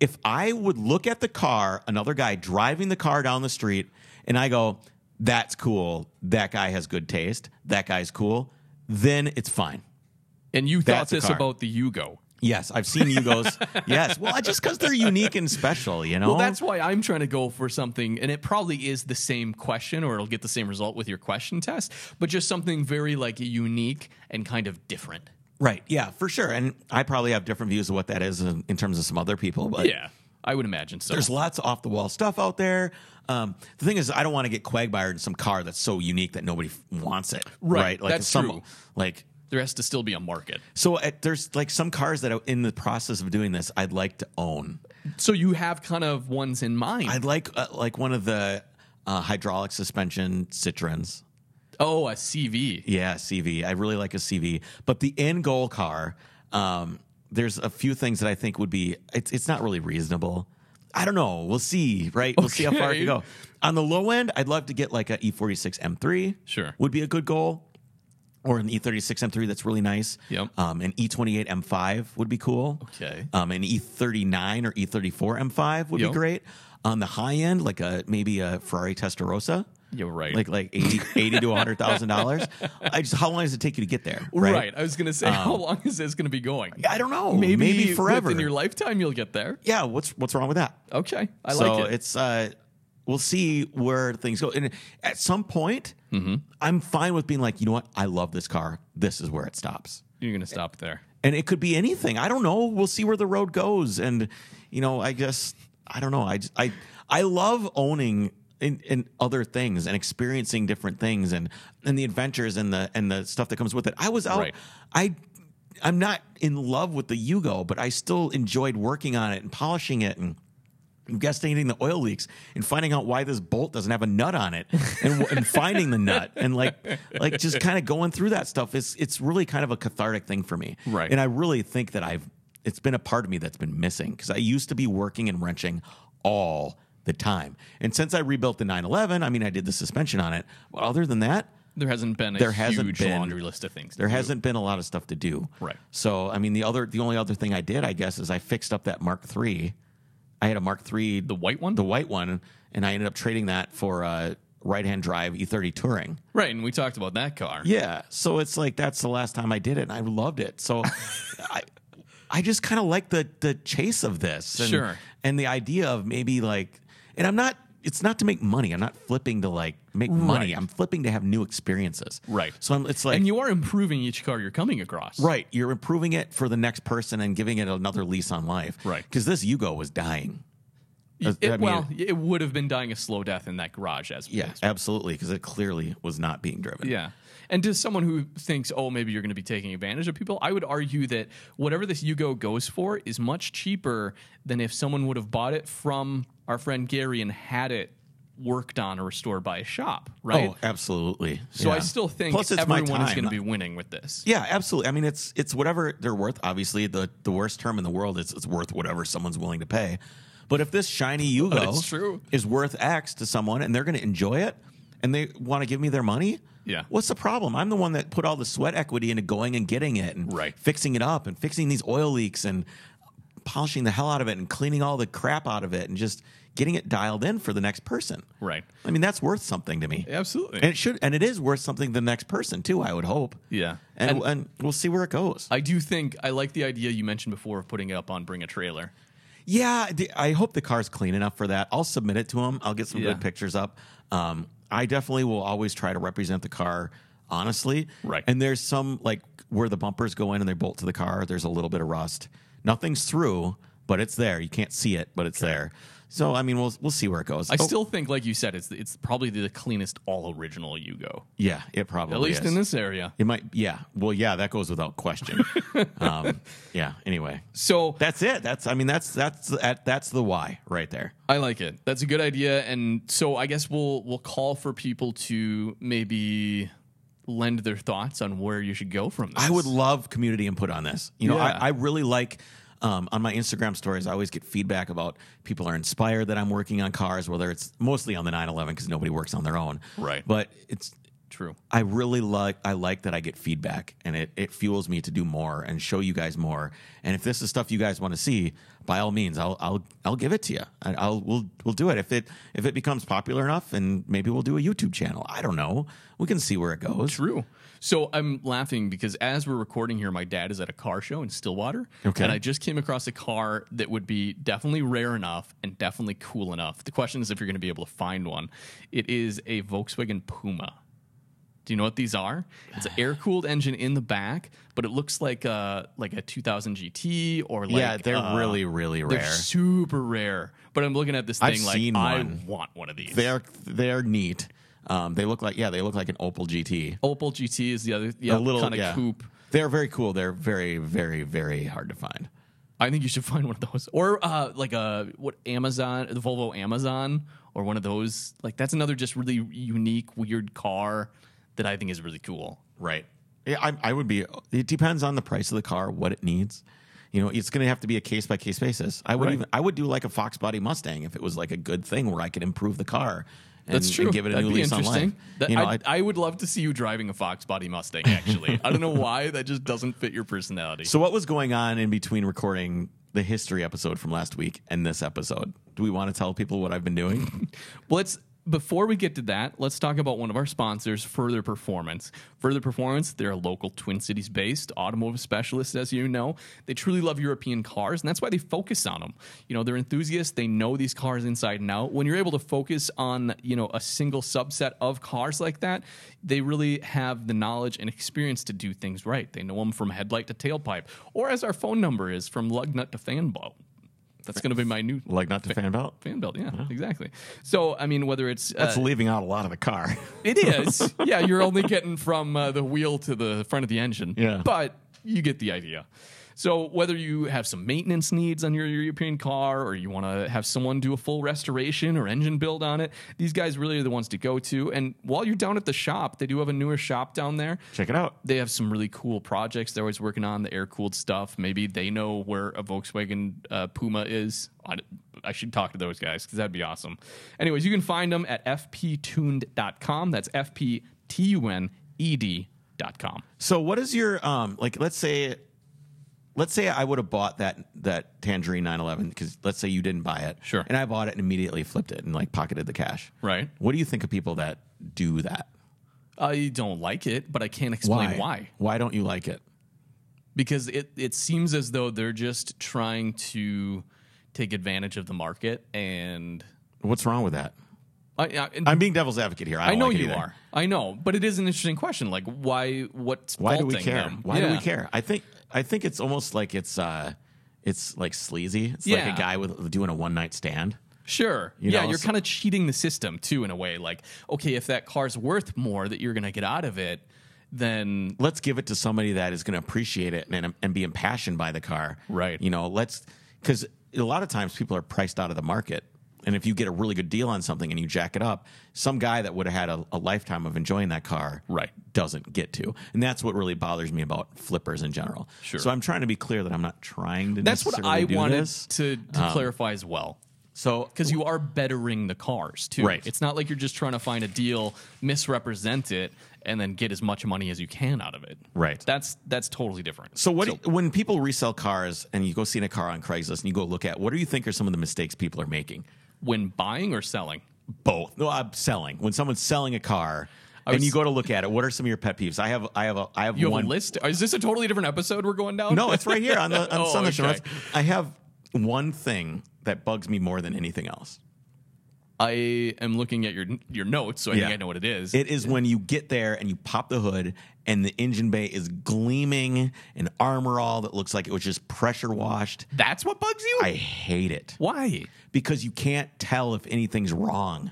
Speaker 1: If I would look at the car, another guy driving the car down the street, and I go, that's cool. That guy has good taste. That guy's cool. Then it's fine.
Speaker 2: And you
Speaker 1: That's
Speaker 2: thought
Speaker 1: a
Speaker 2: this
Speaker 1: car.
Speaker 2: about the Yugo.
Speaker 1: Yes, I've seen <laughs> Yugos. yes. Well, I- just because they're unique and special, you know?
Speaker 2: Well, that's why I'm trying to go for something, and it probably is the same question, or it'll get the same result with your question test, but just something very like unique and kind of different.
Speaker 1: right. Yeah, for sure. And I probably have different views of what that is in, in terms of some other people, but
Speaker 2: I would imagine so.
Speaker 1: there's lots of off the wall stuff out there. Um, the thing is, I don't want to get quagmired in some car that's so unique that nobody f- wants it.
Speaker 2: Right,
Speaker 1: Like
Speaker 2: that's
Speaker 1: some,
Speaker 2: true.
Speaker 1: Like
Speaker 2: there has to still be a market.
Speaker 1: so, at, there's like some cars that are in the process of doing this. I'd like to own.
Speaker 2: So you have kind of ones in mind.
Speaker 1: I'd like uh, like one of the uh, hydraulic suspension Citroens.
Speaker 2: oh, a CV.
Speaker 1: Yeah, CV. I really like a CV. But the end goal car, um, there's a few things that I think would be. It's it's not really reasonable. I don't know. We'll see. Right. We'll see how far it
Speaker 2: Okay.
Speaker 1: can go. On the low end, I'd love to get like a E E46 M3.
Speaker 2: Sure.
Speaker 1: would be a good goal. Or an E E36 M3 that's really nice.
Speaker 2: Yep.
Speaker 1: Um, an E28 M5 would be cool.
Speaker 2: Okay.
Speaker 1: Um, an E39 or E E34 M5 would
Speaker 2: Yep.
Speaker 1: be great. On the high end, like a maybe a Ferrari Testarossa
Speaker 2: You're right.
Speaker 1: like like 80, 80 to hundred thousand dollars. I just how long does it take you to get there?
Speaker 2: right.
Speaker 1: Right.
Speaker 2: I was going to say, how long is this going to be going?
Speaker 1: I don't know. Maybe, maybe forever.
Speaker 2: In your lifetime, you'll get there.
Speaker 1: yeah. What's what's wrong with that?
Speaker 2: Okay. I
Speaker 1: so
Speaker 2: like it.
Speaker 1: it's uh, we'll see where things go. And at some point, I'm fine with being like, you know what? I love this car. This is where it stops.
Speaker 2: You're going to stop there.
Speaker 1: And it could be anything. I don't know. We'll see where the road goes. And you know, I guess I don't know. I just, I I love owning. In, in other things and experiencing different things and and the adventures and the and the stuff that comes with it. I was out.
Speaker 2: Right.
Speaker 1: I I'm not in love with the Yugo, but I still enjoyed working on it and polishing it and investigating the oil leaks and finding out why this bolt doesn't have a nut on it and, and finding the nut and like like just kind of going through that stuff is it's really kind of a cathartic thing for me
Speaker 2: Right.
Speaker 1: and i really think that i've it's been a part of me that's been missing because i used to be working and wrenching all the time and since i rebuilt the 911 i mean i did the suspension on it but other than that
Speaker 2: There hasn't been a
Speaker 1: There
Speaker 2: huge
Speaker 1: hasn't been-
Speaker 2: laundry list of things. to
Speaker 1: there
Speaker 2: do.
Speaker 1: hasn't been a lot of stuff to do.
Speaker 2: Right.
Speaker 1: So I mean, the other, the only other thing I did, I guess, is I fixed up that Mark III. I had a Mark III,
Speaker 2: The white one?
Speaker 1: the white one, and I ended up trading that for a right-hand drive E30 Touring.
Speaker 2: right. And we talked about that car.
Speaker 1: Yeah. So it's like that's the last time I did it, and I loved it.
Speaker 2: <laughs>
Speaker 1: So I, I just kind of like the the chase of this, and,
Speaker 2: Sure.
Speaker 1: and the idea of maybe like, and I'm not. It's not to make money. I'm not flipping to like make money.
Speaker 2: Right.
Speaker 1: I'm flipping to have new experiences.
Speaker 2: Right.
Speaker 1: So I'm, it's like
Speaker 2: And you are improving each car you're coming across.
Speaker 1: Right. You're improving it for the next person and giving it another lease on life.
Speaker 2: Right.
Speaker 1: Because this Yugo was dying.
Speaker 2: Y-
Speaker 1: As-
Speaker 2: it-
Speaker 1: I mean-
Speaker 2: well, it would have been dying a slow death in that garage as
Speaker 1: Yeah,
Speaker 2: is.
Speaker 1: absolutely. Because it clearly was not being driven.
Speaker 2: Yeah. And to someone who thinks, oh, maybe you're going to be taking advantage of people, I would argue that whatever this Yugo goes for is much cheaper than if someone would have bought it from our friend Gary and had it worked on or restored by a shop, right?
Speaker 1: Oh, absolutely.
Speaker 2: so I
Speaker 1: Yeah.
Speaker 2: still think
Speaker 1: Plus, it's my
Speaker 2: everyone is
Speaker 1: time.
Speaker 2: going to be winning with this.
Speaker 1: Yeah, absolutely. I mean, it's it's whatever they're worth. Obviously, the the worst term in the world is it's worth whatever someone's willing to pay. But if this shiny Yugo
Speaker 2: it's Oh, true.
Speaker 1: is worth X to someone and they're going to enjoy it and they want to give me their money,
Speaker 2: Yeah.
Speaker 1: what's the problem? I'm the one that put all the sweat equity into going and getting it and
Speaker 2: Right.
Speaker 1: fixing it up and fixing these oil leaks and polishing the hell out of it and cleaning all the crap out of it and just getting it dialed in for the next person.
Speaker 2: Right.
Speaker 1: I mean, that's worth something to me.
Speaker 2: Absolutely.
Speaker 1: And it should, and it is worth something to the next person too. I would hope.
Speaker 2: Yeah.
Speaker 1: and
Speaker 2: And-
Speaker 1: and, we'll see where it goes.
Speaker 2: I do think I like the idea you mentioned before of putting it up on Bring a Trailer.
Speaker 1: yeah, the- I hope the car's clean enough for that. I'll submit it to him. I'll get some
Speaker 2: Yeah.
Speaker 1: good pictures up. Um, I definitely will always try to represent the car honestly.
Speaker 2: Right.
Speaker 1: And there's some like where the bumpers go in and they bolt to the car. There's a little bit of rust. Nothing's through, but it's there. You can't see it, but it's there. So I mean, we'll we'll see where it goes.
Speaker 2: I
Speaker 1: Oh,
Speaker 2: still think, like you said, it's it's probably the cleanest all original Yugo,
Speaker 1: Oh, yeah, it probably
Speaker 2: at least
Speaker 1: is.
Speaker 2: in this area.
Speaker 1: It might, yeah. Well, yeah, that goes without
Speaker 2: <laughs>
Speaker 1: question. um, yeah. Anyway,
Speaker 2: So
Speaker 1: that's it. That's I mean that's that's that, that's the why right there.
Speaker 2: I like it. That's a good idea. And so I guess we'll we'll call for people to maybe lend their thoughts on where you should go from this.
Speaker 1: I would love community input on this. You know, I,
Speaker 2: Yeah.
Speaker 1: I really like um, on my Instagram stories. I always get feedback about people are inspired that I'm working on cars, whether it's mostly on the 911 because nobody works on their own.
Speaker 2: Right.
Speaker 1: But it's
Speaker 2: True.
Speaker 1: I really like I like that I get feedback and it, it fuels me to do more and show you guys more. And if this is stuff you guys want to see, by all means, I'll I'll I'll give it to you. I, I'll we'll we'll do it if it if it becomes popular enough, and maybe we'll do a YouTube channel. I don't know. We can see where it goes.
Speaker 2: True. So I'm laughing because as we're recording here, my dad is at a car show in Stillwater.
Speaker 1: Okay.
Speaker 2: And I just came across a car that would be definitely rare enough and definitely cool enough. The question is if you're going to be able to find one. It is a Volkswagen Puma. Do you know what these are? It's an air cooled engine in the back, but it looks like a like a 2000 GT or like
Speaker 1: yeah, they're
Speaker 2: uh,
Speaker 1: really, really
Speaker 2: they're
Speaker 1: rare.
Speaker 2: super rare. But I'm looking at this thing
Speaker 1: I've
Speaker 2: like
Speaker 1: seen
Speaker 2: I
Speaker 1: one.
Speaker 2: want one of these.
Speaker 1: they're they're neat. Um, they look like yeah, they look like an Opel GT.
Speaker 2: Opel GT is the other yeah,
Speaker 1: a little
Speaker 2: kind of
Speaker 1: yeah.
Speaker 2: coupe.
Speaker 1: They're very cool. They're very, very, very hard to find.
Speaker 2: I think you should <laughs> find one of those, or uh, like a what Amazon, the Volvo Amazon, or one of those. Like that's another just really unique, weird car that I think is really cool.
Speaker 1: Right. Yeah, I, I would be. It depends on the price of the car, what it needs. You know, it's going to have to be a case by case basis. I would
Speaker 2: Right.
Speaker 1: even I would do like a Fox Body Mustang if it was like a good thing where I could improve the car. And,
Speaker 2: That's true.
Speaker 1: And give it a
Speaker 2: That'd
Speaker 1: new
Speaker 2: be
Speaker 1: lease on life.
Speaker 2: interesting. That-
Speaker 1: you know,
Speaker 2: I,
Speaker 1: I'd-
Speaker 2: I would love to see you driving a Fox Body Mustang. Actually, I don't <laughs> know why that just doesn't fit your personality.
Speaker 1: so what was going on in between recording the history episode from last week and this episode? Do we want to tell people what I've been doing?
Speaker 2: Well, let's before we get to that, let's talk about one of our sponsors, Further Performance. Further Performance, they're a local Twin Cities based automotive specialist, as you know. They truly love European cars, and that's why they focus on them. You know, they're enthusiasts, they know these cars inside and out. When you're able to focus on, you know, a single subset of cars like that, they really have the knowledge and experience to do things right. They know them from headlight to tailpipe, or as our phone number is, from lug nut to fan blow. That's going to be my new
Speaker 1: like not to fan belt.
Speaker 2: fan belt. Yeah, exactly. So I mean, whether it's
Speaker 1: That's
Speaker 2: uh,
Speaker 1: leaving out a lot of the car. <laughs>
Speaker 2: it is, yeah, you're only getting from uh, the wheel to the front of the engine.
Speaker 1: Yeah.
Speaker 2: but you get the idea. So whether you have some maintenance needs on your European car, or you want to have someone do a full restoration or engine build on it, these guys really are the ones to go to. And while you're down at the shop, they do have a newer shop down there
Speaker 1: Check it out.
Speaker 2: they have some really cool projects they're always working on the air cooled stuff maybe they know where a volkswagen uh, puma is I, I should talk to those guys because that'd be awesome anyways you can find them at fptuned.com that's f-p-t-u-n-e-d E dot com
Speaker 1: So what is your um like let's say let's say I would have bought that that tangerine 911 cuz let's say you didn't buy it.
Speaker 2: Sure.
Speaker 1: And I bought it and immediately flipped it and like pocketed the cash.
Speaker 2: Right.
Speaker 1: What do you think of people that do that?
Speaker 2: i don't like it but i can't explain why,
Speaker 1: Why don't you like it?
Speaker 2: because it, it seems as though they're just trying to take advantage of the market and
Speaker 1: What's wrong with that?
Speaker 2: I, I, and
Speaker 1: I'm being devil's advocate here. I,
Speaker 2: I
Speaker 1: don't
Speaker 2: know
Speaker 1: like it
Speaker 2: you
Speaker 1: either.
Speaker 2: are. I know, but it is an interesting question. Like, why? What's
Speaker 1: Why do we
Speaker 2: faulting
Speaker 1: care?
Speaker 2: them?
Speaker 1: Why do we
Speaker 2: Yeah.
Speaker 1: care? I think I think it's almost like it's uh it's like sleazy. It's like
Speaker 2: Yeah.
Speaker 1: a guy with doing a one night stand.
Speaker 2: Sure.
Speaker 1: You
Speaker 2: yeah,
Speaker 1: know,
Speaker 2: you're
Speaker 1: so-
Speaker 2: kind of cheating the system too, in a way. Like, okay, if that car's worth more that you're going to get out of it, then
Speaker 1: let's give it to somebody that is going to appreciate it and and be impassioned by the car.
Speaker 2: Right.
Speaker 1: You know, let's because a lot of times people are priced out of the market. And if you get a really good deal on something and you jack it up, some guy that would have had a, a lifetime of enjoying that car
Speaker 2: Right.
Speaker 1: doesn't get to. And that's what really bothers me about flippers in general.
Speaker 2: Sure.
Speaker 1: So I'm trying to be clear that I'm not trying to
Speaker 2: that's what
Speaker 1: necessarily
Speaker 2: I
Speaker 1: do
Speaker 2: wanted
Speaker 1: this. Um,
Speaker 2: to, to clarify as well.
Speaker 1: So
Speaker 2: Because you are bettering the cars too.
Speaker 1: Right.
Speaker 2: It's not like you're just trying to find a deal, misrepresent it, and then get as much money as you can out of it.
Speaker 1: Right.
Speaker 2: That's that's totally different.
Speaker 1: So what? do- when people resell cars and you go see a car on Craigslist and you go look at, what do you think are some of the mistakes people are making?
Speaker 2: when buying or selling,
Speaker 1: both. No, I'm selling. When someone's selling a car and
Speaker 2: was-
Speaker 1: you go to look at it, what are some of your pet peeves? I have I have a I have
Speaker 2: you have
Speaker 1: one
Speaker 2: a list. Is this a totally different episode we're going down?
Speaker 1: No, it's right here
Speaker 2: <laughs>
Speaker 1: on the on
Speaker 2: Oh,
Speaker 1: Sunday Show
Speaker 2: okay.
Speaker 1: Notes. I have one thing that bugs me more than anything else.
Speaker 2: I am looking at your your notes, so I think
Speaker 1: Yeah.
Speaker 2: I know what it is.
Speaker 1: It is when you get there and you pop the hood and the engine bay is gleaming and armor all that looks like it was just pressure washed.
Speaker 2: That's what bugs you?
Speaker 1: I hate it
Speaker 2: Why?
Speaker 1: because you can't tell if anything's wrong.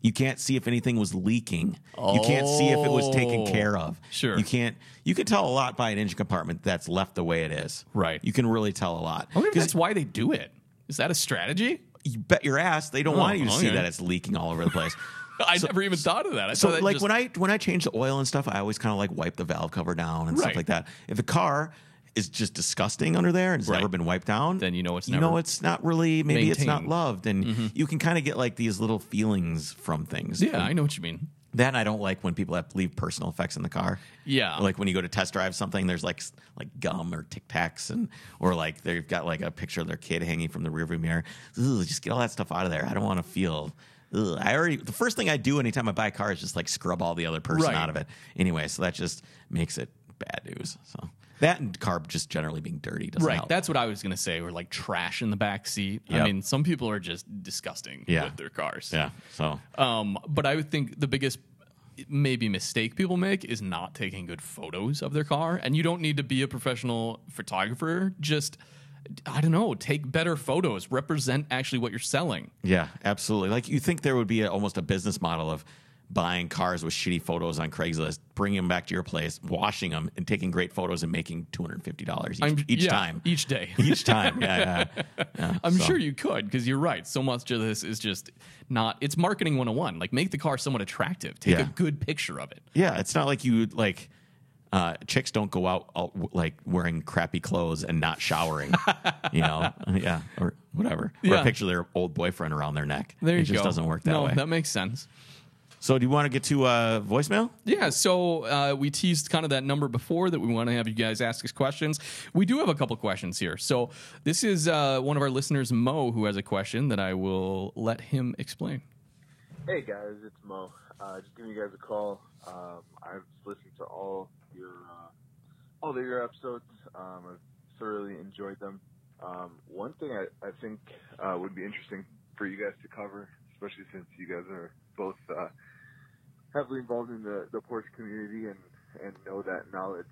Speaker 1: You can't see if anything was leaking. You can't see if it was taken
Speaker 2: Oh.
Speaker 1: care of.
Speaker 2: Sure.
Speaker 1: You can't you can tell a lot by an engine compartment that's left the way it is.
Speaker 2: Right.
Speaker 1: You can really tell a lot.
Speaker 2: I wonder if
Speaker 1: 'Cause
Speaker 2: that's why they do it. Is that a strategy? <laughs>
Speaker 1: you bet your ass they
Speaker 2: Oh,
Speaker 1: don't want you to see
Speaker 2: okay.
Speaker 1: that it's leaking all over the
Speaker 2: <laughs>
Speaker 1: place.
Speaker 2: I never even thought of that. I
Speaker 1: So
Speaker 2: thought that
Speaker 1: like
Speaker 2: just-
Speaker 1: when I when I change the oil and stuff, I always kind of like wipe the valve cover down and
Speaker 2: Right.
Speaker 1: stuff like that. If the car is just disgusting under there and it's
Speaker 2: Right.
Speaker 1: never been wiped down,
Speaker 2: Then you know it's
Speaker 1: you
Speaker 2: never
Speaker 1: know it's not really maybe it's not
Speaker 2: maintained. Mm-hmm.
Speaker 1: loved, and you can kind of get like these little feelings from things.
Speaker 2: yeah, I know what you mean.
Speaker 1: Then I don't like when people have leave personal effects in the car.
Speaker 2: Yeah.
Speaker 1: like when you go to test drive something, there's like s- like gum or Tic Tacs and or like they've got like a picture of their kid hanging from the rearview mirror. Ugh, just get all that stuff out of there. I don't want to feel ugh, I already the first thing I do anytime I buy a car is just like scrub all the other person
Speaker 2: Right.
Speaker 1: out of it. Anyway, so that just makes it bad news. So that and carb just generally being dirty doesn't
Speaker 2: Right.
Speaker 1: help.
Speaker 2: That's what I was going to say. We're like trash in the back seat. I
Speaker 1: Yep.
Speaker 2: mean, some people are just disgusting
Speaker 1: Yeah.
Speaker 2: with their cars.
Speaker 1: yeah. So
Speaker 2: Um, but I would think the biggest maybe mistake people make is not taking good photos of their car. And you don't need to be a professional photographer. Just, I don't know, take better photos, represent actually what you're selling.
Speaker 1: Yeah, absolutely. Like you think there would be a, almost a business model of buying cars with shitty photos on Craigslist, bringing them back to your place, washing them, and taking great photos and making two hundred fifty dollars each,
Speaker 2: I'm-
Speaker 1: each
Speaker 2: yeah, <laughs>
Speaker 1: time. <laughs>
Speaker 2: Each day.
Speaker 1: Each time, yeah, yeah.
Speaker 2: I'm sure you could because you're right. So much of this is just not, it's marketing 101. Like make the car somewhat attractive, take
Speaker 1: Yeah.
Speaker 2: a good picture of it.
Speaker 1: Yeah, it's not like you like uh, chicks don't go out all, like wearing crappy clothes and not showering, you
Speaker 2: <laughs>
Speaker 1: know? Yeah, or whatever. Or
Speaker 2: Yeah.
Speaker 1: a picture of their old boyfriend around their neck.
Speaker 2: There
Speaker 1: it
Speaker 2: you
Speaker 1: just
Speaker 2: go.
Speaker 1: doesn't work that
Speaker 2: no,
Speaker 1: way.
Speaker 2: that makes sense.
Speaker 1: so, do you want to get to uh, voicemail?
Speaker 2: Yeah, so uh, we teased kind of that number before that we want to have you guys ask us questions. We do have a couple questions here. So this is uh, one of our listeners, Mo, who has a question that I will let him explain.
Speaker 3: Hey guys, it's Mo. Uh, just giving you guys a call. Um, I've listened to all your uh, all of your episodes. Um, I've thoroughly enjoyed them. Um, one thing I, I think uh, would be interesting for you guys to cover, especially since you guys are both uh, heavily involved in the, the Porsche community and, and know that knowledge.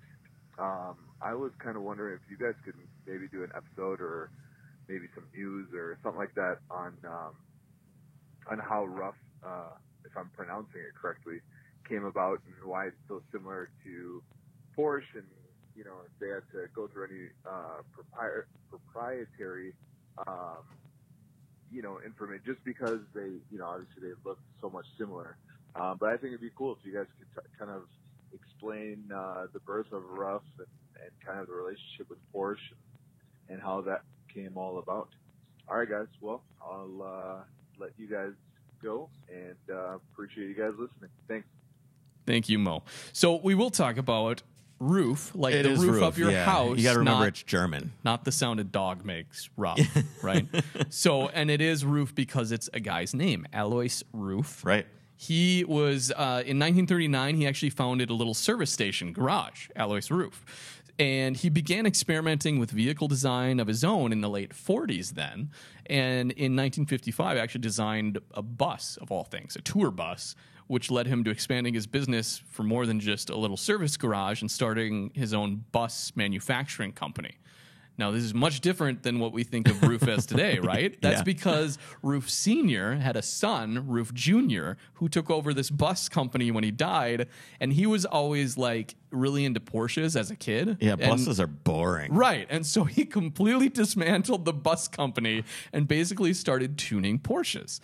Speaker 3: Um, I was kind of wondering if you guys could maybe do an episode or maybe some news or something like that on um, on how rough, uh, if I'm pronouncing it correctly, came about and why it's so similar to Porsche. And you know, if they had to go through any uh, propri- proprietary, um, you know, information just because they, you know, obviously they look so much similar. Um, but I think it'd be cool if you guys could t- kind of explain uh, the birth of rough and, and kind of the relationship with Porsche and, and how that came all about. All right, guys. Well, I'll uh, let you guys go and uh, appreciate you guys listening. Thanks.
Speaker 2: Thank you, Mo. So we will talk about roof, like
Speaker 1: It
Speaker 2: the
Speaker 1: is
Speaker 2: roof, of your
Speaker 1: yeah.
Speaker 2: house.
Speaker 1: You got to remember
Speaker 2: not-
Speaker 1: it's German.
Speaker 2: not the sound a dog makes, Rob, right? So, and it is Roof because it's a guy's name, Alois Roof.
Speaker 1: Right.
Speaker 2: He was uh, in 1939. He actually founded a little service station garage, Alois Roof, and he began experimenting with vehicle design of his own in the late 40s. Then, and in 1955, actually designed a bus of all things, a tour bus. Which led him to expanding his business for more than just a little service garage and starting his own bus manufacturing company. Now, this is much different than what we think of Roof
Speaker 1: <laughs>
Speaker 2: as today, right? That's
Speaker 1: Yeah.
Speaker 2: because Roof Sr. had a son, Roof Jr., who took over this bus company when he died. And he was always like really into Porsches as a kid.
Speaker 1: Yeah,
Speaker 2: And-
Speaker 1: buses are boring.
Speaker 2: Right. And so he <laughs> completely dismantled the bus company and basically started tuning Porsches.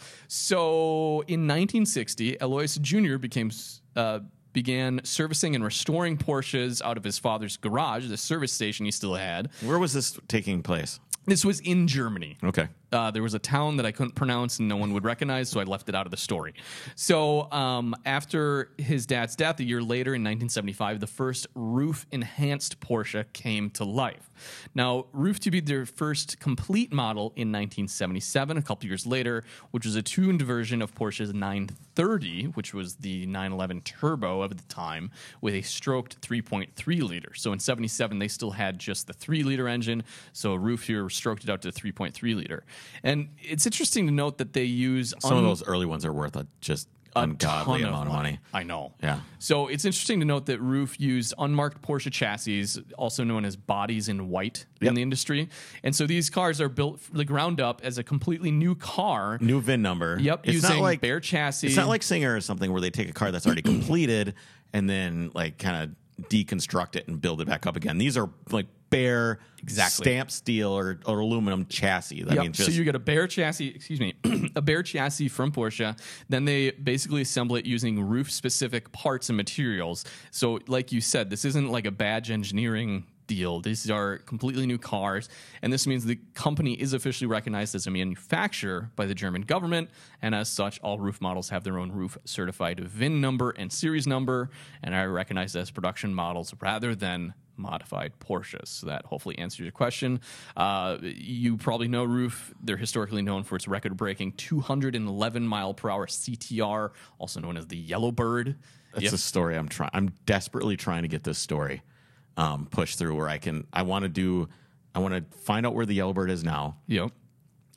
Speaker 2: So in 1960, Alois Jr. became. Uh, Began servicing and restoring Porsches out of his father's garage, the service station he still had,
Speaker 1: Where was this taking place?
Speaker 2: this was in Germany.
Speaker 1: Okay.
Speaker 2: Uh, there was a town that I couldn't pronounce and no one would recognize, so I left it out of the story. So, um, after his dad's death, a year later in 1975, the first roof enhanced Porsche came to life. Now, Roof to be their first complete model in 1977, a couple years later, which was a tuned version of Porsche's 930, which was the 911 turbo of the time, with a stroked 3.3 liter. So in 77, they still had just the 3 liter engine. So Roof here stroked it out to 3.3 liter. And it's interesting to note that they use
Speaker 1: Some
Speaker 2: un-
Speaker 1: of those early ones are worth a just ungodly
Speaker 2: ton
Speaker 1: amount of money.
Speaker 2: I know.
Speaker 1: Yeah.
Speaker 2: So it's interesting to note that Roof used unmarked Porsche chassis, also known as bodies in white in
Speaker 1: Yep.
Speaker 2: the industry. And so these cars are built from the ground up as a completely new car.
Speaker 1: New VIN number.
Speaker 2: Yep,
Speaker 1: It's
Speaker 2: using
Speaker 1: not like
Speaker 2: bare chassis.
Speaker 1: It's not like Singer or something where they take a car that's <clears throat> already completed and then like kind of deconstruct it and build it back up again. These are like bare
Speaker 2: Exactly.
Speaker 1: stamp steel or, or aluminum chassis. I
Speaker 2: Yep.
Speaker 1: mean, just
Speaker 2: so you get a bare chassis, excuse me, <clears throat> a bare chassis from Porsche. Then they basically assemble it using roof specific parts and materials. So, like you said, this isn't like a badge engineering deal. These are completely new cars. And this means the company is officially recognized as a manufacturer by the German government. And as such, all roof models have their own roof certified VIN number and series number and are recognized as production models rather than modified Porsches. So that hopefully answers your question. Uh, you probably know Roof. They're historically known for its record breaking 211 mile per hour CTR, also known as the Yellow Bird.
Speaker 1: That's
Speaker 2: Yep.
Speaker 1: a story I'm trying. I'm desperately trying to get this story um, pushed through where I can. I want to do. I want to find out where the Yellowbird is now.
Speaker 2: Yep.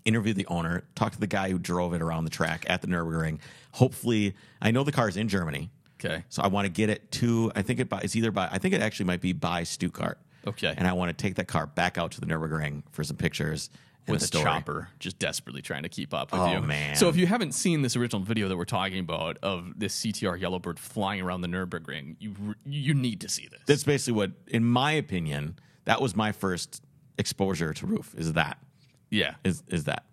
Speaker 1: Interview the owner. Talk to the guy who drove it around the track at the Nurburgring. Hopefully, I know the car's in Germany,
Speaker 2: Okay.
Speaker 1: so I want to get it to. I think it by, it's either by. I think it actually might be by Stuttgart.
Speaker 2: Okay.
Speaker 1: And I want to take that car back out to the Nurburgring for some pictures and
Speaker 2: with
Speaker 1: the
Speaker 2: a
Speaker 1: story.
Speaker 2: chopper, just desperately trying to keep up with
Speaker 1: Oh,
Speaker 2: you.
Speaker 1: man.
Speaker 2: So if you haven't seen this original video that we're talking about of this CTR Yellowbird flying around the Nurburgring, you re- you need to see this.
Speaker 1: That's basically what, in my opinion, that was my first exposure to Roof. Is that
Speaker 2: yeah,
Speaker 1: is is that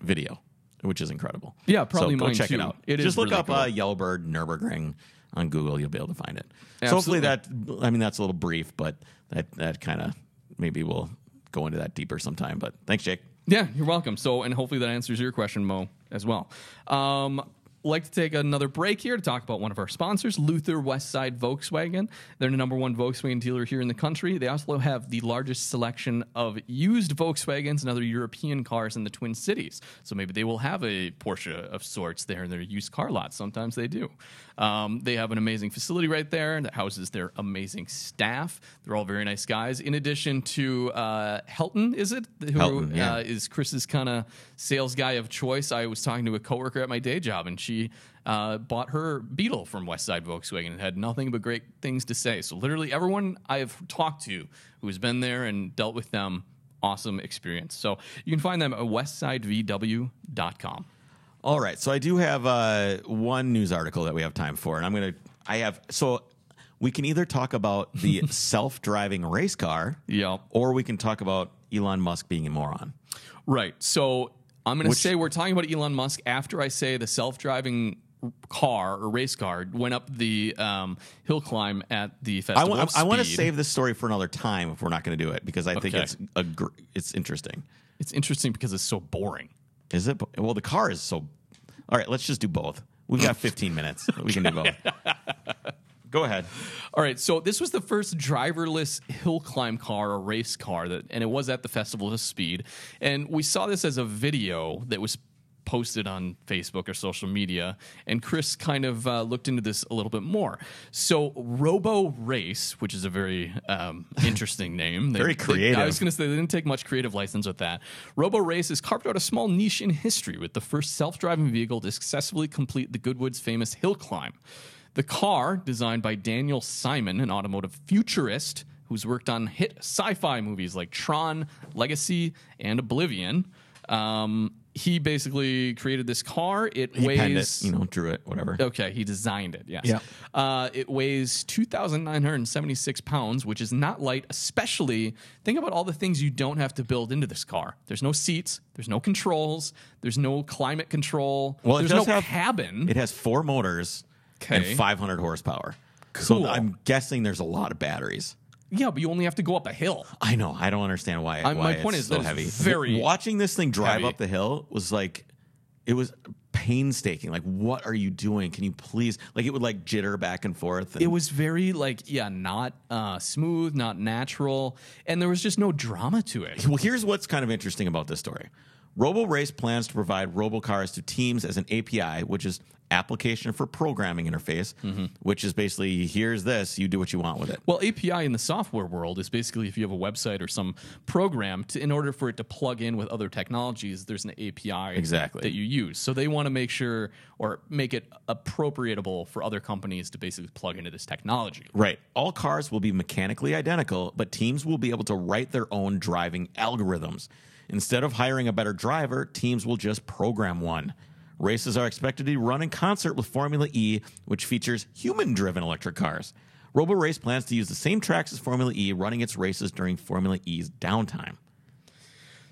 Speaker 1: video, which is incredible.
Speaker 2: Yeah, probably
Speaker 1: So go
Speaker 2: mine
Speaker 1: check it
Speaker 2: too.
Speaker 1: out.
Speaker 2: It is
Speaker 1: Just look
Speaker 2: really
Speaker 1: up
Speaker 2: cool.
Speaker 1: uh, Yellowbird Nurburgring on Google. You'll be able to find it.
Speaker 2: Absolutely.
Speaker 1: So hopefully that. I mean, that's a little brief, but that that kind of maybe we'll go into that deeper sometime. But thanks, Jake.
Speaker 2: yeah, you're welcome. So and hopefully that answers your question, Mo, as well. Um, like to take another break here to talk about one of our sponsors, Luther Westside Volkswagen. They're the number one Volkswagen dealer here in the country. They also have the largest selection of used Volkswagens and other European cars in the Twin Cities. So maybe they will have a Porsche of sorts there in their used car lot. Sometimes they do. Um, they have an amazing facility right there that houses their amazing staff. They're all very nice guys. In addition to uh, Helton, is it? Who,
Speaker 1: Helton, yeah.
Speaker 2: uh, is Chris's kind of sales guy of choice. I was talking to a coworker at my day job, and she uh, bought her Beetle from Westside Volkswagen and had nothing but great things to say. So literally everyone I have talked to who's been there and dealt with them, awesome experience. So you can find them at westsidevw.com.
Speaker 1: All right, so I do have uh, one news article that we have time for, and I'm gonna. I have so we can either talk about
Speaker 2: <laughs>
Speaker 1: the self-driving race car,
Speaker 2: Yep.
Speaker 1: or we can talk about Elon Musk being a moron.
Speaker 2: Right. So I'm going to say we're talking about Elon Musk after I say the self driving car or race car went up the um, hill climb at the
Speaker 1: I
Speaker 2: festival. of
Speaker 1: want to
Speaker 2: Speed.
Speaker 1: save this story for another time if we're not going to do it because I think
Speaker 2: Okay.
Speaker 1: it's a gr- it's interesting.
Speaker 2: It's interesting because it's so boring.
Speaker 1: Is it? Well, the car is so. All right, let's just do both. We've got 15 minutes. We can do
Speaker 2: <laughs>
Speaker 1: both. Go ahead.
Speaker 2: All right, so this was the first driverless hill climb car, a race car that, and it was at the Festival of Speed, and we saw this as a video that was posted on Facebook or social media, and Chris kind of uh, looked into this a little bit more. So, Robo Race, which is a very um, interesting name, they-
Speaker 1: Very
Speaker 2: they- I
Speaker 1: creative.
Speaker 2: was going to say they didn't take much creative license with that. Robo Race has carved out a small niche in history with the first self-driving vehicle to successfully complete the Goodwood's famous hill climb. The car, designed by Daniel Simon, an automotive futurist who's worked on hit sci-fi movies like Tron, Legacy, and Oblivion, um, he basically created this car. It
Speaker 1: He penned it,
Speaker 2: weighs
Speaker 1: you know, drew it, whatever.
Speaker 2: Okay, he designed it. Yes. Uh, it weighs two thousand nine hundred seventy-six pounds, which is not light. Especially think about all the things you don't have to build into this car. There's no seats. There's no controls. There's no climate control.
Speaker 1: Well, it
Speaker 2: there's
Speaker 1: does
Speaker 2: no
Speaker 1: have-
Speaker 2: cabin.
Speaker 1: It has four motors
Speaker 2: Okay.
Speaker 1: and 500 horsepower.
Speaker 2: Cool.
Speaker 1: So I'm guessing there's a lot of batteries.
Speaker 2: yeah, but you only have to go up a hill.
Speaker 1: I know. I don't understand why.
Speaker 2: I-
Speaker 1: why
Speaker 2: my point
Speaker 1: it's
Speaker 2: is
Speaker 1: so
Speaker 2: that it's
Speaker 1: heavy.
Speaker 2: <laughs> very
Speaker 1: watching this thing drive
Speaker 2: heavy.
Speaker 1: up the hill was like, it was painstaking. Like, what are you doing? Can you please? Like, it would like jitter back and forth. And
Speaker 2: It was very like yeah, not uh, smooth, not natural, and there was just no drama to it.
Speaker 1: <laughs> Well, here's what's kind of interesting about this story. Robo Race plans to provide robocars to teams as an API, which is application for programming interface,
Speaker 2: Mm-hmm.
Speaker 1: which is basically here's this, you do what you want with it.
Speaker 2: Well, API in the software world is basically if you have a website or some program, to, in order for it to plug in with other technologies, there's an API
Speaker 1: Exactly.
Speaker 2: that you use. So they want to make sure or make it appropriatable for other companies to basically plug into this technology.
Speaker 1: Right. All cars will be mechanically identical, but teams will be able to write their own driving algorithms. Instead of hiring a better driver, teams will just program one. Races are expected to be run in concert with Formula E, which features human driven electric cars. RoboRace plans to use the same tracks as Formula E, running its races during Formula E's downtime.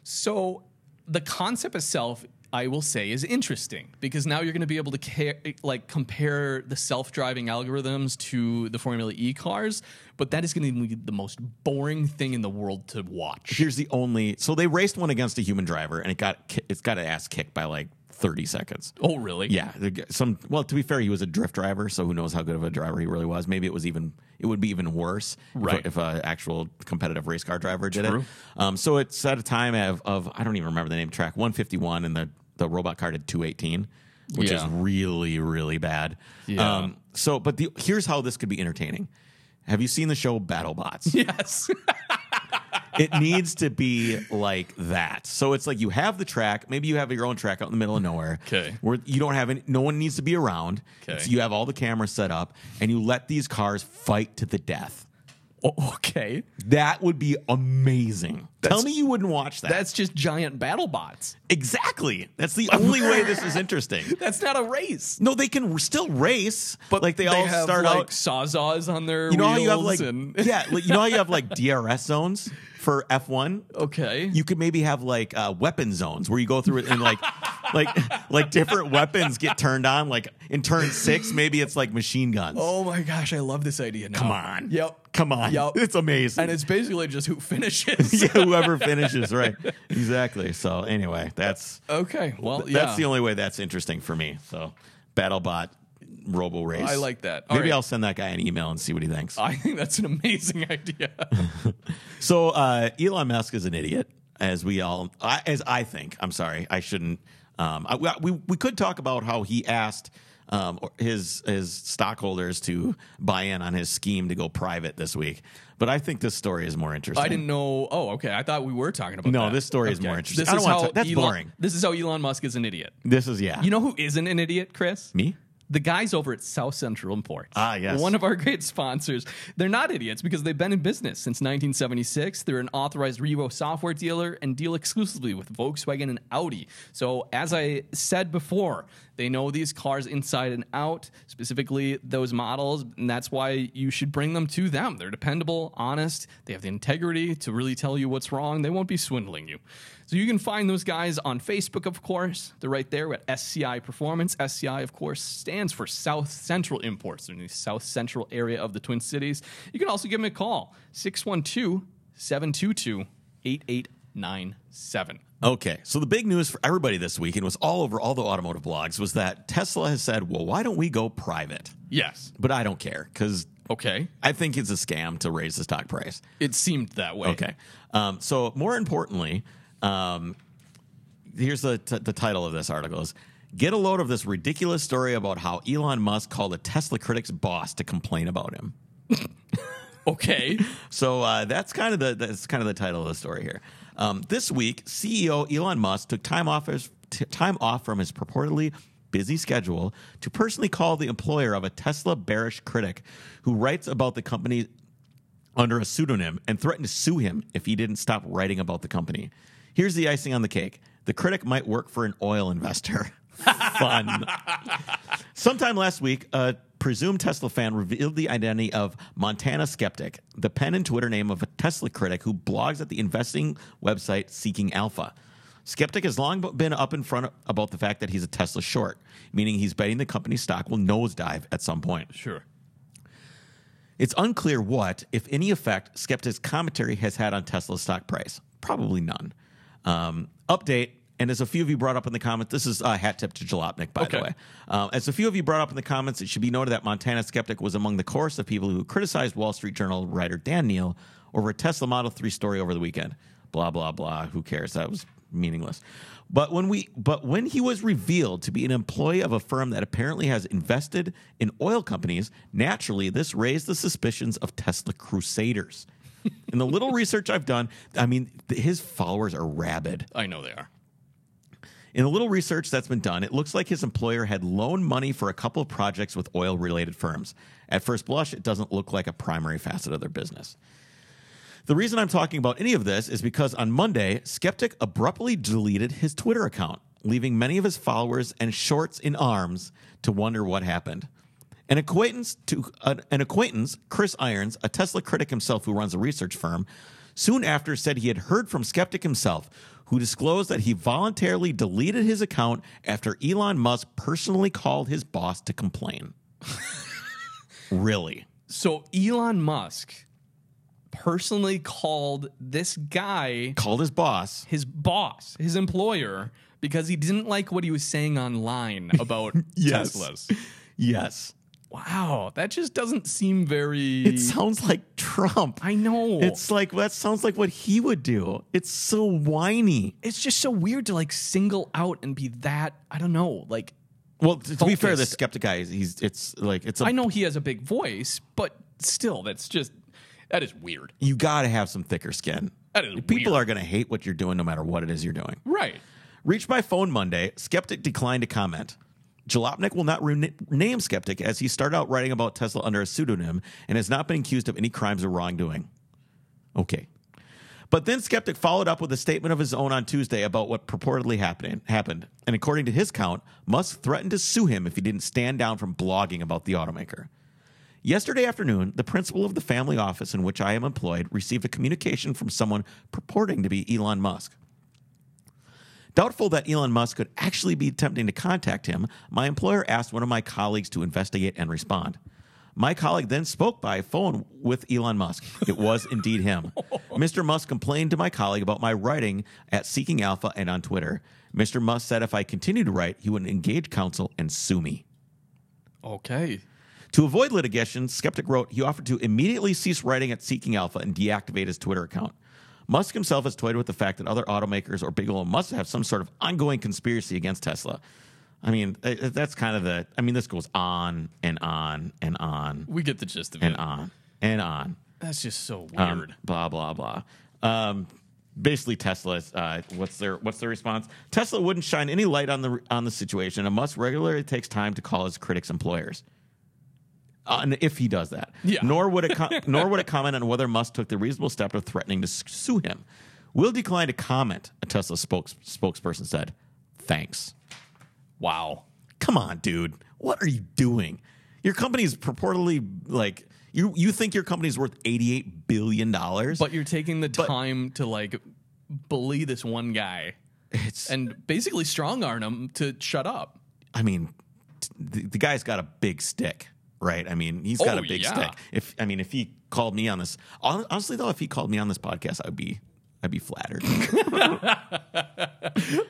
Speaker 2: So the concept itself, I will say, is interesting because now you're going to be able to ca- like compare the self-driving algorithms to the Formula E cars, but that is going to be the most boring thing in the world to watch.
Speaker 1: Here's the only so they raced one against a human driver, and it got ki- it's got an ass kicked by like 30 seconds.
Speaker 2: Oh, really?
Speaker 1: Yeah, the g- some. Well, to be fair, he was a drift driver, so who knows how good of a driver he really was. Maybe it was even it would be even worse, if a-
Speaker 2: Right.
Speaker 1: If an actual competitive race car driver did
Speaker 2: True.
Speaker 1: it. Um, so it set a time of, of I don't even remember the name of the track 151, and the the robot car did 218, which
Speaker 2: Yeah.
Speaker 1: is really really bad. Um,
Speaker 2: Yeah.
Speaker 1: so, but the, here's how this could be entertaining. Have you seen the show BattleBots?
Speaker 2: <laughs> Yes.
Speaker 1: it needs to be like that. So it's like you have the track. Maybe you have your own track out in the middle of nowhere.
Speaker 2: 'Kay.
Speaker 1: Where you don't have any, no one needs to be around.
Speaker 2: 'Kay.
Speaker 1: So you have all the cameras set up and you let these cars fight to the death.
Speaker 2: O- <laughs> okay.
Speaker 1: That would be amazing. Tell me you wouldn't watch that.
Speaker 2: That's just giant battle bots.
Speaker 1: exactly. That's
Speaker 2: <laughs>
Speaker 1: the only way this is interesting.
Speaker 2: That's not a race.
Speaker 1: No, they can still race, but like they, all
Speaker 2: have,
Speaker 1: start
Speaker 2: like,
Speaker 1: out
Speaker 2: sawzaws on their
Speaker 1: you know how
Speaker 2: wheels
Speaker 1: you have like
Speaker 2: <laughs> and
Speaker 1: yeah, like, you know how you have like <laughs> DRS zones for F1?
Speaker 2: okay.
Speaker 1: you could maybe have like uh, weapon zones where you go through it and
Speaker 2: <laughs>
Speaker 1: like like like different weapons get turned on like in turn six maybe it's like machine guns
Speaker 2: oh my gosh, I love this idea. Now.
Speaker 1: come on
Speaker 2: Yep.
Speaker 1: come on
Speaker 2: Yep.
Speaker 1: <laughs> it's amazing
Speaker 2: And it's basically just who
Speaker 1: <laughs>
Speaker 2: finishes.
Speaker 1: yeah, whoever finishes right exactly so anyway that's
Speaker 2: Okay. Well,
Speaker 1: that's
Speaker 2: yeah.
Speaker 1: the only way that's interesting for me so battlebot robo race
Speaker 2: I like that. All
Speaker 1: maybe
Speaker 2: right.
Speaker 1: i'll send that guy an email and see what he thinks
Speaker 2: <laughs> I think that's an amazing <laughs>
Speaker 1: <laughs>
Speaker 2: idea.
Speaker 1: So uh, Elon Musk is an idiot, as we all, I, as I think. I'm sorry, I shouldn't. Um, I, we we could talk about how he asked um, his his stockholders to buy in on his scheme to go private this week, but I think this story is more interesting.
Speaker 2: I didn't know. Oh, okay. I thought we were talking about.
Speaker 1: No,
Speaker 2: that.
Speaker 1: this story is
Speaker 2: Okay.
Speaker 1: more interesting.
Speaker 2: This
Speaker 1: I don't
Speaker 2: is
Speaker 1: wanna
Speaker 2: how
Speaker 1: talk- that's
Speaker 2: Elon-
Speaker 1: boring.
Speaker 2: This is how Elon Musk is an idiot.
Speaker 1: This is yeah.
Speaker 2: You know who isn't an idiot, Chris?
Speaker 1: me.
Speaker 2: The guys over at South Central Imports.
Speaker 1: Ah, yes.
Speaker 2: One of our <laughs> great sponsors. They're not idiots because they've been in business since 1976. They're an authorized Revo software dealer and deal exclusively with Volkswagen and Audi. So, as I said before, they know these cars inside and out, specifically those models, and that's why you should bring them to them. They're dependable, honest, they have the integrity to really tell you what's wrong. They won't be swindling you. So, you can find those guys on Facebook, of course. They're right there at SCI Performance. SCI, of course, stands for South Central Imports. They're in the South Central area of the Twin Cities. You can also give them a call, 612 722 8897.
Speaker 1: Okay, so the big news for everybody this week, and was all over all the automotive blogs, was that Tesla has said, "Well, why don't we go private?"
Speaker 2: Yes.
Speaker 1: But I don't care because
Speaker 2: Okay.
Speaker 1: I think it's a scam to raise the stock price.
Speaker 2: It seemed that way.
Speaker 1: Okay. Um, so more importantly, um, here's the t- the title of this article is Get a load of this ridiculous story about how Elon Musk called a Tesla critic's boss to complain about him.
Speaker 2: Okay.
Speaker 1: <laughs> So uh, that's kind of the that's kind of the title of the story here. Um, this week, CEO Elon Musk took time off his t- time off from his purportedly busy schedule to personally call the employer of a Tesla bearish critic who writes about the company under a pseudonym and threatened to sue him if he didn't stop writing about the company. Here's the icing on the cake: the critic might work for an oil investor. <laughs> Fun. Sometime last week, a presumed Tesla fan revealed the identity of Montana Skeptic, the pen and Twitter name of a Tesla critic who blogs at the investing website Seeking Alpha. Skeptic has long been up in front about the fact that he's a Tesla short, meaning he's betting the company's stock will nosedive at some point.
Speaker 2: Sure.
Speaker 1: It's unclear what, if any, effect Skeptic's commentary has had on Tesla's stock price. Probably none. Um, update, and as a few of you brought up in the comments, this is a hat tip to Jalopnik, by
Speaker 2: Okay.
Speaker 1: the way. Um, as a few of you brought up in the comments, it should be noted that Montana Skeptic was among the chorus of people who criticized Wall Street Journal writer Dan Neal over a Tesla Model 3 story over the weekend. Blah, blah, blah. Who cares? That was meaningless. But when we but when he was revealed to be an employee of a firm that apparently has invested in oil companies, naturally this raised the suspicions of Tesla crusaders. In the little research I've done, I mean, th- his followers are rabid.
Speaker 2: I know they are.
Speaker 1: In a little research that's been done, it looks like his employer had loaned money for a couple of projects with oil related firms. At first blush, it doesn't look like a primary facet of their business. The reason I'm talking about any of this is because on Monday, Skeptic abruptly deleted his Twitter account, leaving many of his followers and shorts in arms to wonder what happened. An acquaintance to an, an acquaintance, Chris Irons, a Tesla critic himself who runs a research firm, soon after said he had heard from Skeptic himself, who disclosed that he voluntarily deleted his account after Elon Musk personally called his boss to complain. <laughs> really?
Speaker 2: So Elon Musk personally called this guy
Speaker 1: Called his boss
Speaker 2: his boss, his employer, because he didn't like what he was
Speaker 1: <laughs>
Speaker 2: saying online about
Speaker 1: Yes.
Speaker 2: Teslas.
Speaker 1: Yes.
Speaker 2: Wow, that just doesn't seem very.
Speaker 1: It sounds like Trump.
Speaker 2: I know.
Speaker 1: It's like that sounds like what he would do. It's so whiny.
Speaker 2: it's just so weird to like single out and be that I don't know like
Speaker 1: Well, to, to be fair, the
Speaker 2: Focused.
Speaker 1: skeptic guy, is- he's it's like it's a
Speaker 2: I know he has a big voice but still that's just that is weird
Speaker 1: you got to have some thicker skin.
Speaker 2: That is
Speaker 1: People
Speaker 2: weird.
Speaker 1: are going to hate what you're doing no matter what it is you're doing.
Speaker 2: right
Speaker 1: Reached by phone Monday, Skeptic declined to comment. Jalopnik will not rename Skeptic as he started out writing about Tesla under a pseudonym and has not been accused of any crimes or wrongdoing. Okay. But then Skeptic followed up with a statement of his own on Tuesday about what purportedly happening, happened. And according to his count, Musk threatened to sue him if he didn't stand down from blogging about the automaker. Yesterday afternoon, the principal of the family office in which I am employed received a communication from someone purporting to be Elon Musk. Doubtful that Elon Musk could actually be attempting to contact him, my employer asked one of my colleagues to investigate and respond. My colleague then spoke by phone with Elon Musk. It was indeed him. Mr. Musk complained to my colleague about my writing at Seeking Alpha and on Twitter. Mr. Musk said if I continued to write, he would engage counsel and sue me.
Speaker 2: okay
Speaker 1: To avoid litigation, Skeptic wrote he offered to immediately cease writing at Seeking Alpha and deactivate his Twitter account. Musk himself has toyed with the fact that other automakers or Bigelow must have some sort of ongoing conspiracy against Tesla. I mean, eh, eh, that's kind of the. I mean, this goes on and on and on
Speaker 2: we get the gist of
Speaker 1: and
Speaker 2: it
Speaker 1: on and on.
Speaker 2: that's just so weird
Speaker 1: Um, blah blah blah. Um, basically, Tesla's uh, what's their what's their response? Tesla wouldn't shine any light on the on the situation, and Musk regularly takes time to call his critics employers. Uh, and if he does that,
Speaker 2: Yeah.
Speaker 1: nor would it
Speaker 2: <laughs>
Speaker 1: com- nor would it comment on whether Musk took the reasonable step of threatening to s- sue him. Will decline to comment. A Tesla spokes- spokesperson said, "Thanks."
Speaker 2: wow
Speaker 1: Come on, dude. What are you doing? Your company's purportedly like you. You think your company's worth eighty eight billion dollars,
Speaker 2: but you're taking the time to like bully this one guy
Speaker 1: it's
Speaker 2: and basically strong arm him to shut up
Speaker 1: I mean, t- the, the guy's got a big stick, right? I mean, he's got
Speaker 2: Oh,
Speaker 1: a big
Speaker 2: yeah.
Speaker 1: stick. If I mean, if he called me on this, hon- honestly though, if he called me on this podcast, I'd be, I'd be
Speaker 2: <laughs>
Speaker 1: flattered.
Speaker 2: I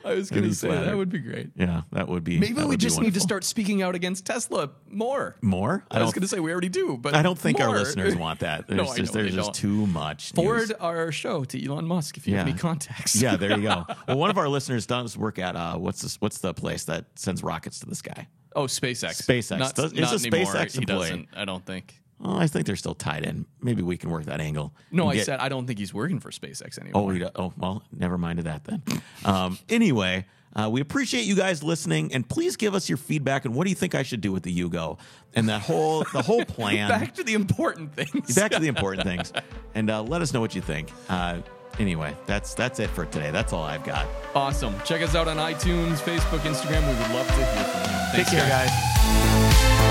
Speaker 2: was
Speaker 1: Maybe
Speaker 2: gonna
Speaker 1: he's
Speaker 2: say
Speaker 1: flattered.
Speaker 2: that would be great
Speaker 1: yeah, that would be.
Speaker 2: maybe
Speaker 1: that
Speaker 2: we
Speaker 1: would be
Speaker 2: just need to
Speaker 1: wonderful.
Speaker 2: start speaking out against Tesla more
Speaker 1: more.
Speaker 2: I, was
Speaker 1: don't-
Speaker 2: gonna say we already do but
Speaker 1: I don't think our
Speaker 2: more. <laughs>
Speaker 1: listeners want that. There's
Speaker 2: No, I
Speaker 1: just
Speaker 2: know they
Speaker 1: there's just
Speaker 2: don't.
Speaker 1: too much. news.
Speaker 2: forward our show to Elon Musk if you have
Speaker 1: Yeah.
Speaker 2: any
Speaker 1: <laughs>
Speaker 2: contacts.
Speaker 1: Yeah, there you go. Well, one of our listeners does work at uh, what's this? What's the place that sends rockets to the sky?
Speaker 2: <laughs> Oh, SpaceX.
Speaker 1: SpaceX.
Speaker 2: Not,
Speaker 1: Does- it's
Speaker 2: not
Speaker 1: a
Speaker 2: anymore.
Speaker 1: SpaceX
Speaker 2: He
Speaker 1: employee.
Speaker 2: doesn't. I don't think.
Speaker 1: Oh, I think they're still tied in. Maybe we can work that angle.
Speaker 2: No,
Speaker 1: and
Speaker 2: I
Speaker 1: get-
Speaker 2: said I don't think he's working for SpaceX anymore.
Speaker 1: Oh, we don't- oh well, never mind of that then. Um, anyway, uh, we appreciate you guys listening, and please give us your feedback and what do you think I should do with the Yugo and that whole the whole plan.
Speaker 2: Back to the important things. <laughs>
Speaker 1: Back to the important things, and uh, let us know what you think. Uh, anyway, that's that's it for today. That's all I've got.
Speaker 2: awesome. Check us out on iTunes, Facebook, Instagram. We would love to hear from you. Thanks,
Speaker 1: Take care,
Speaker 2: guys.
Speaker 1: guys.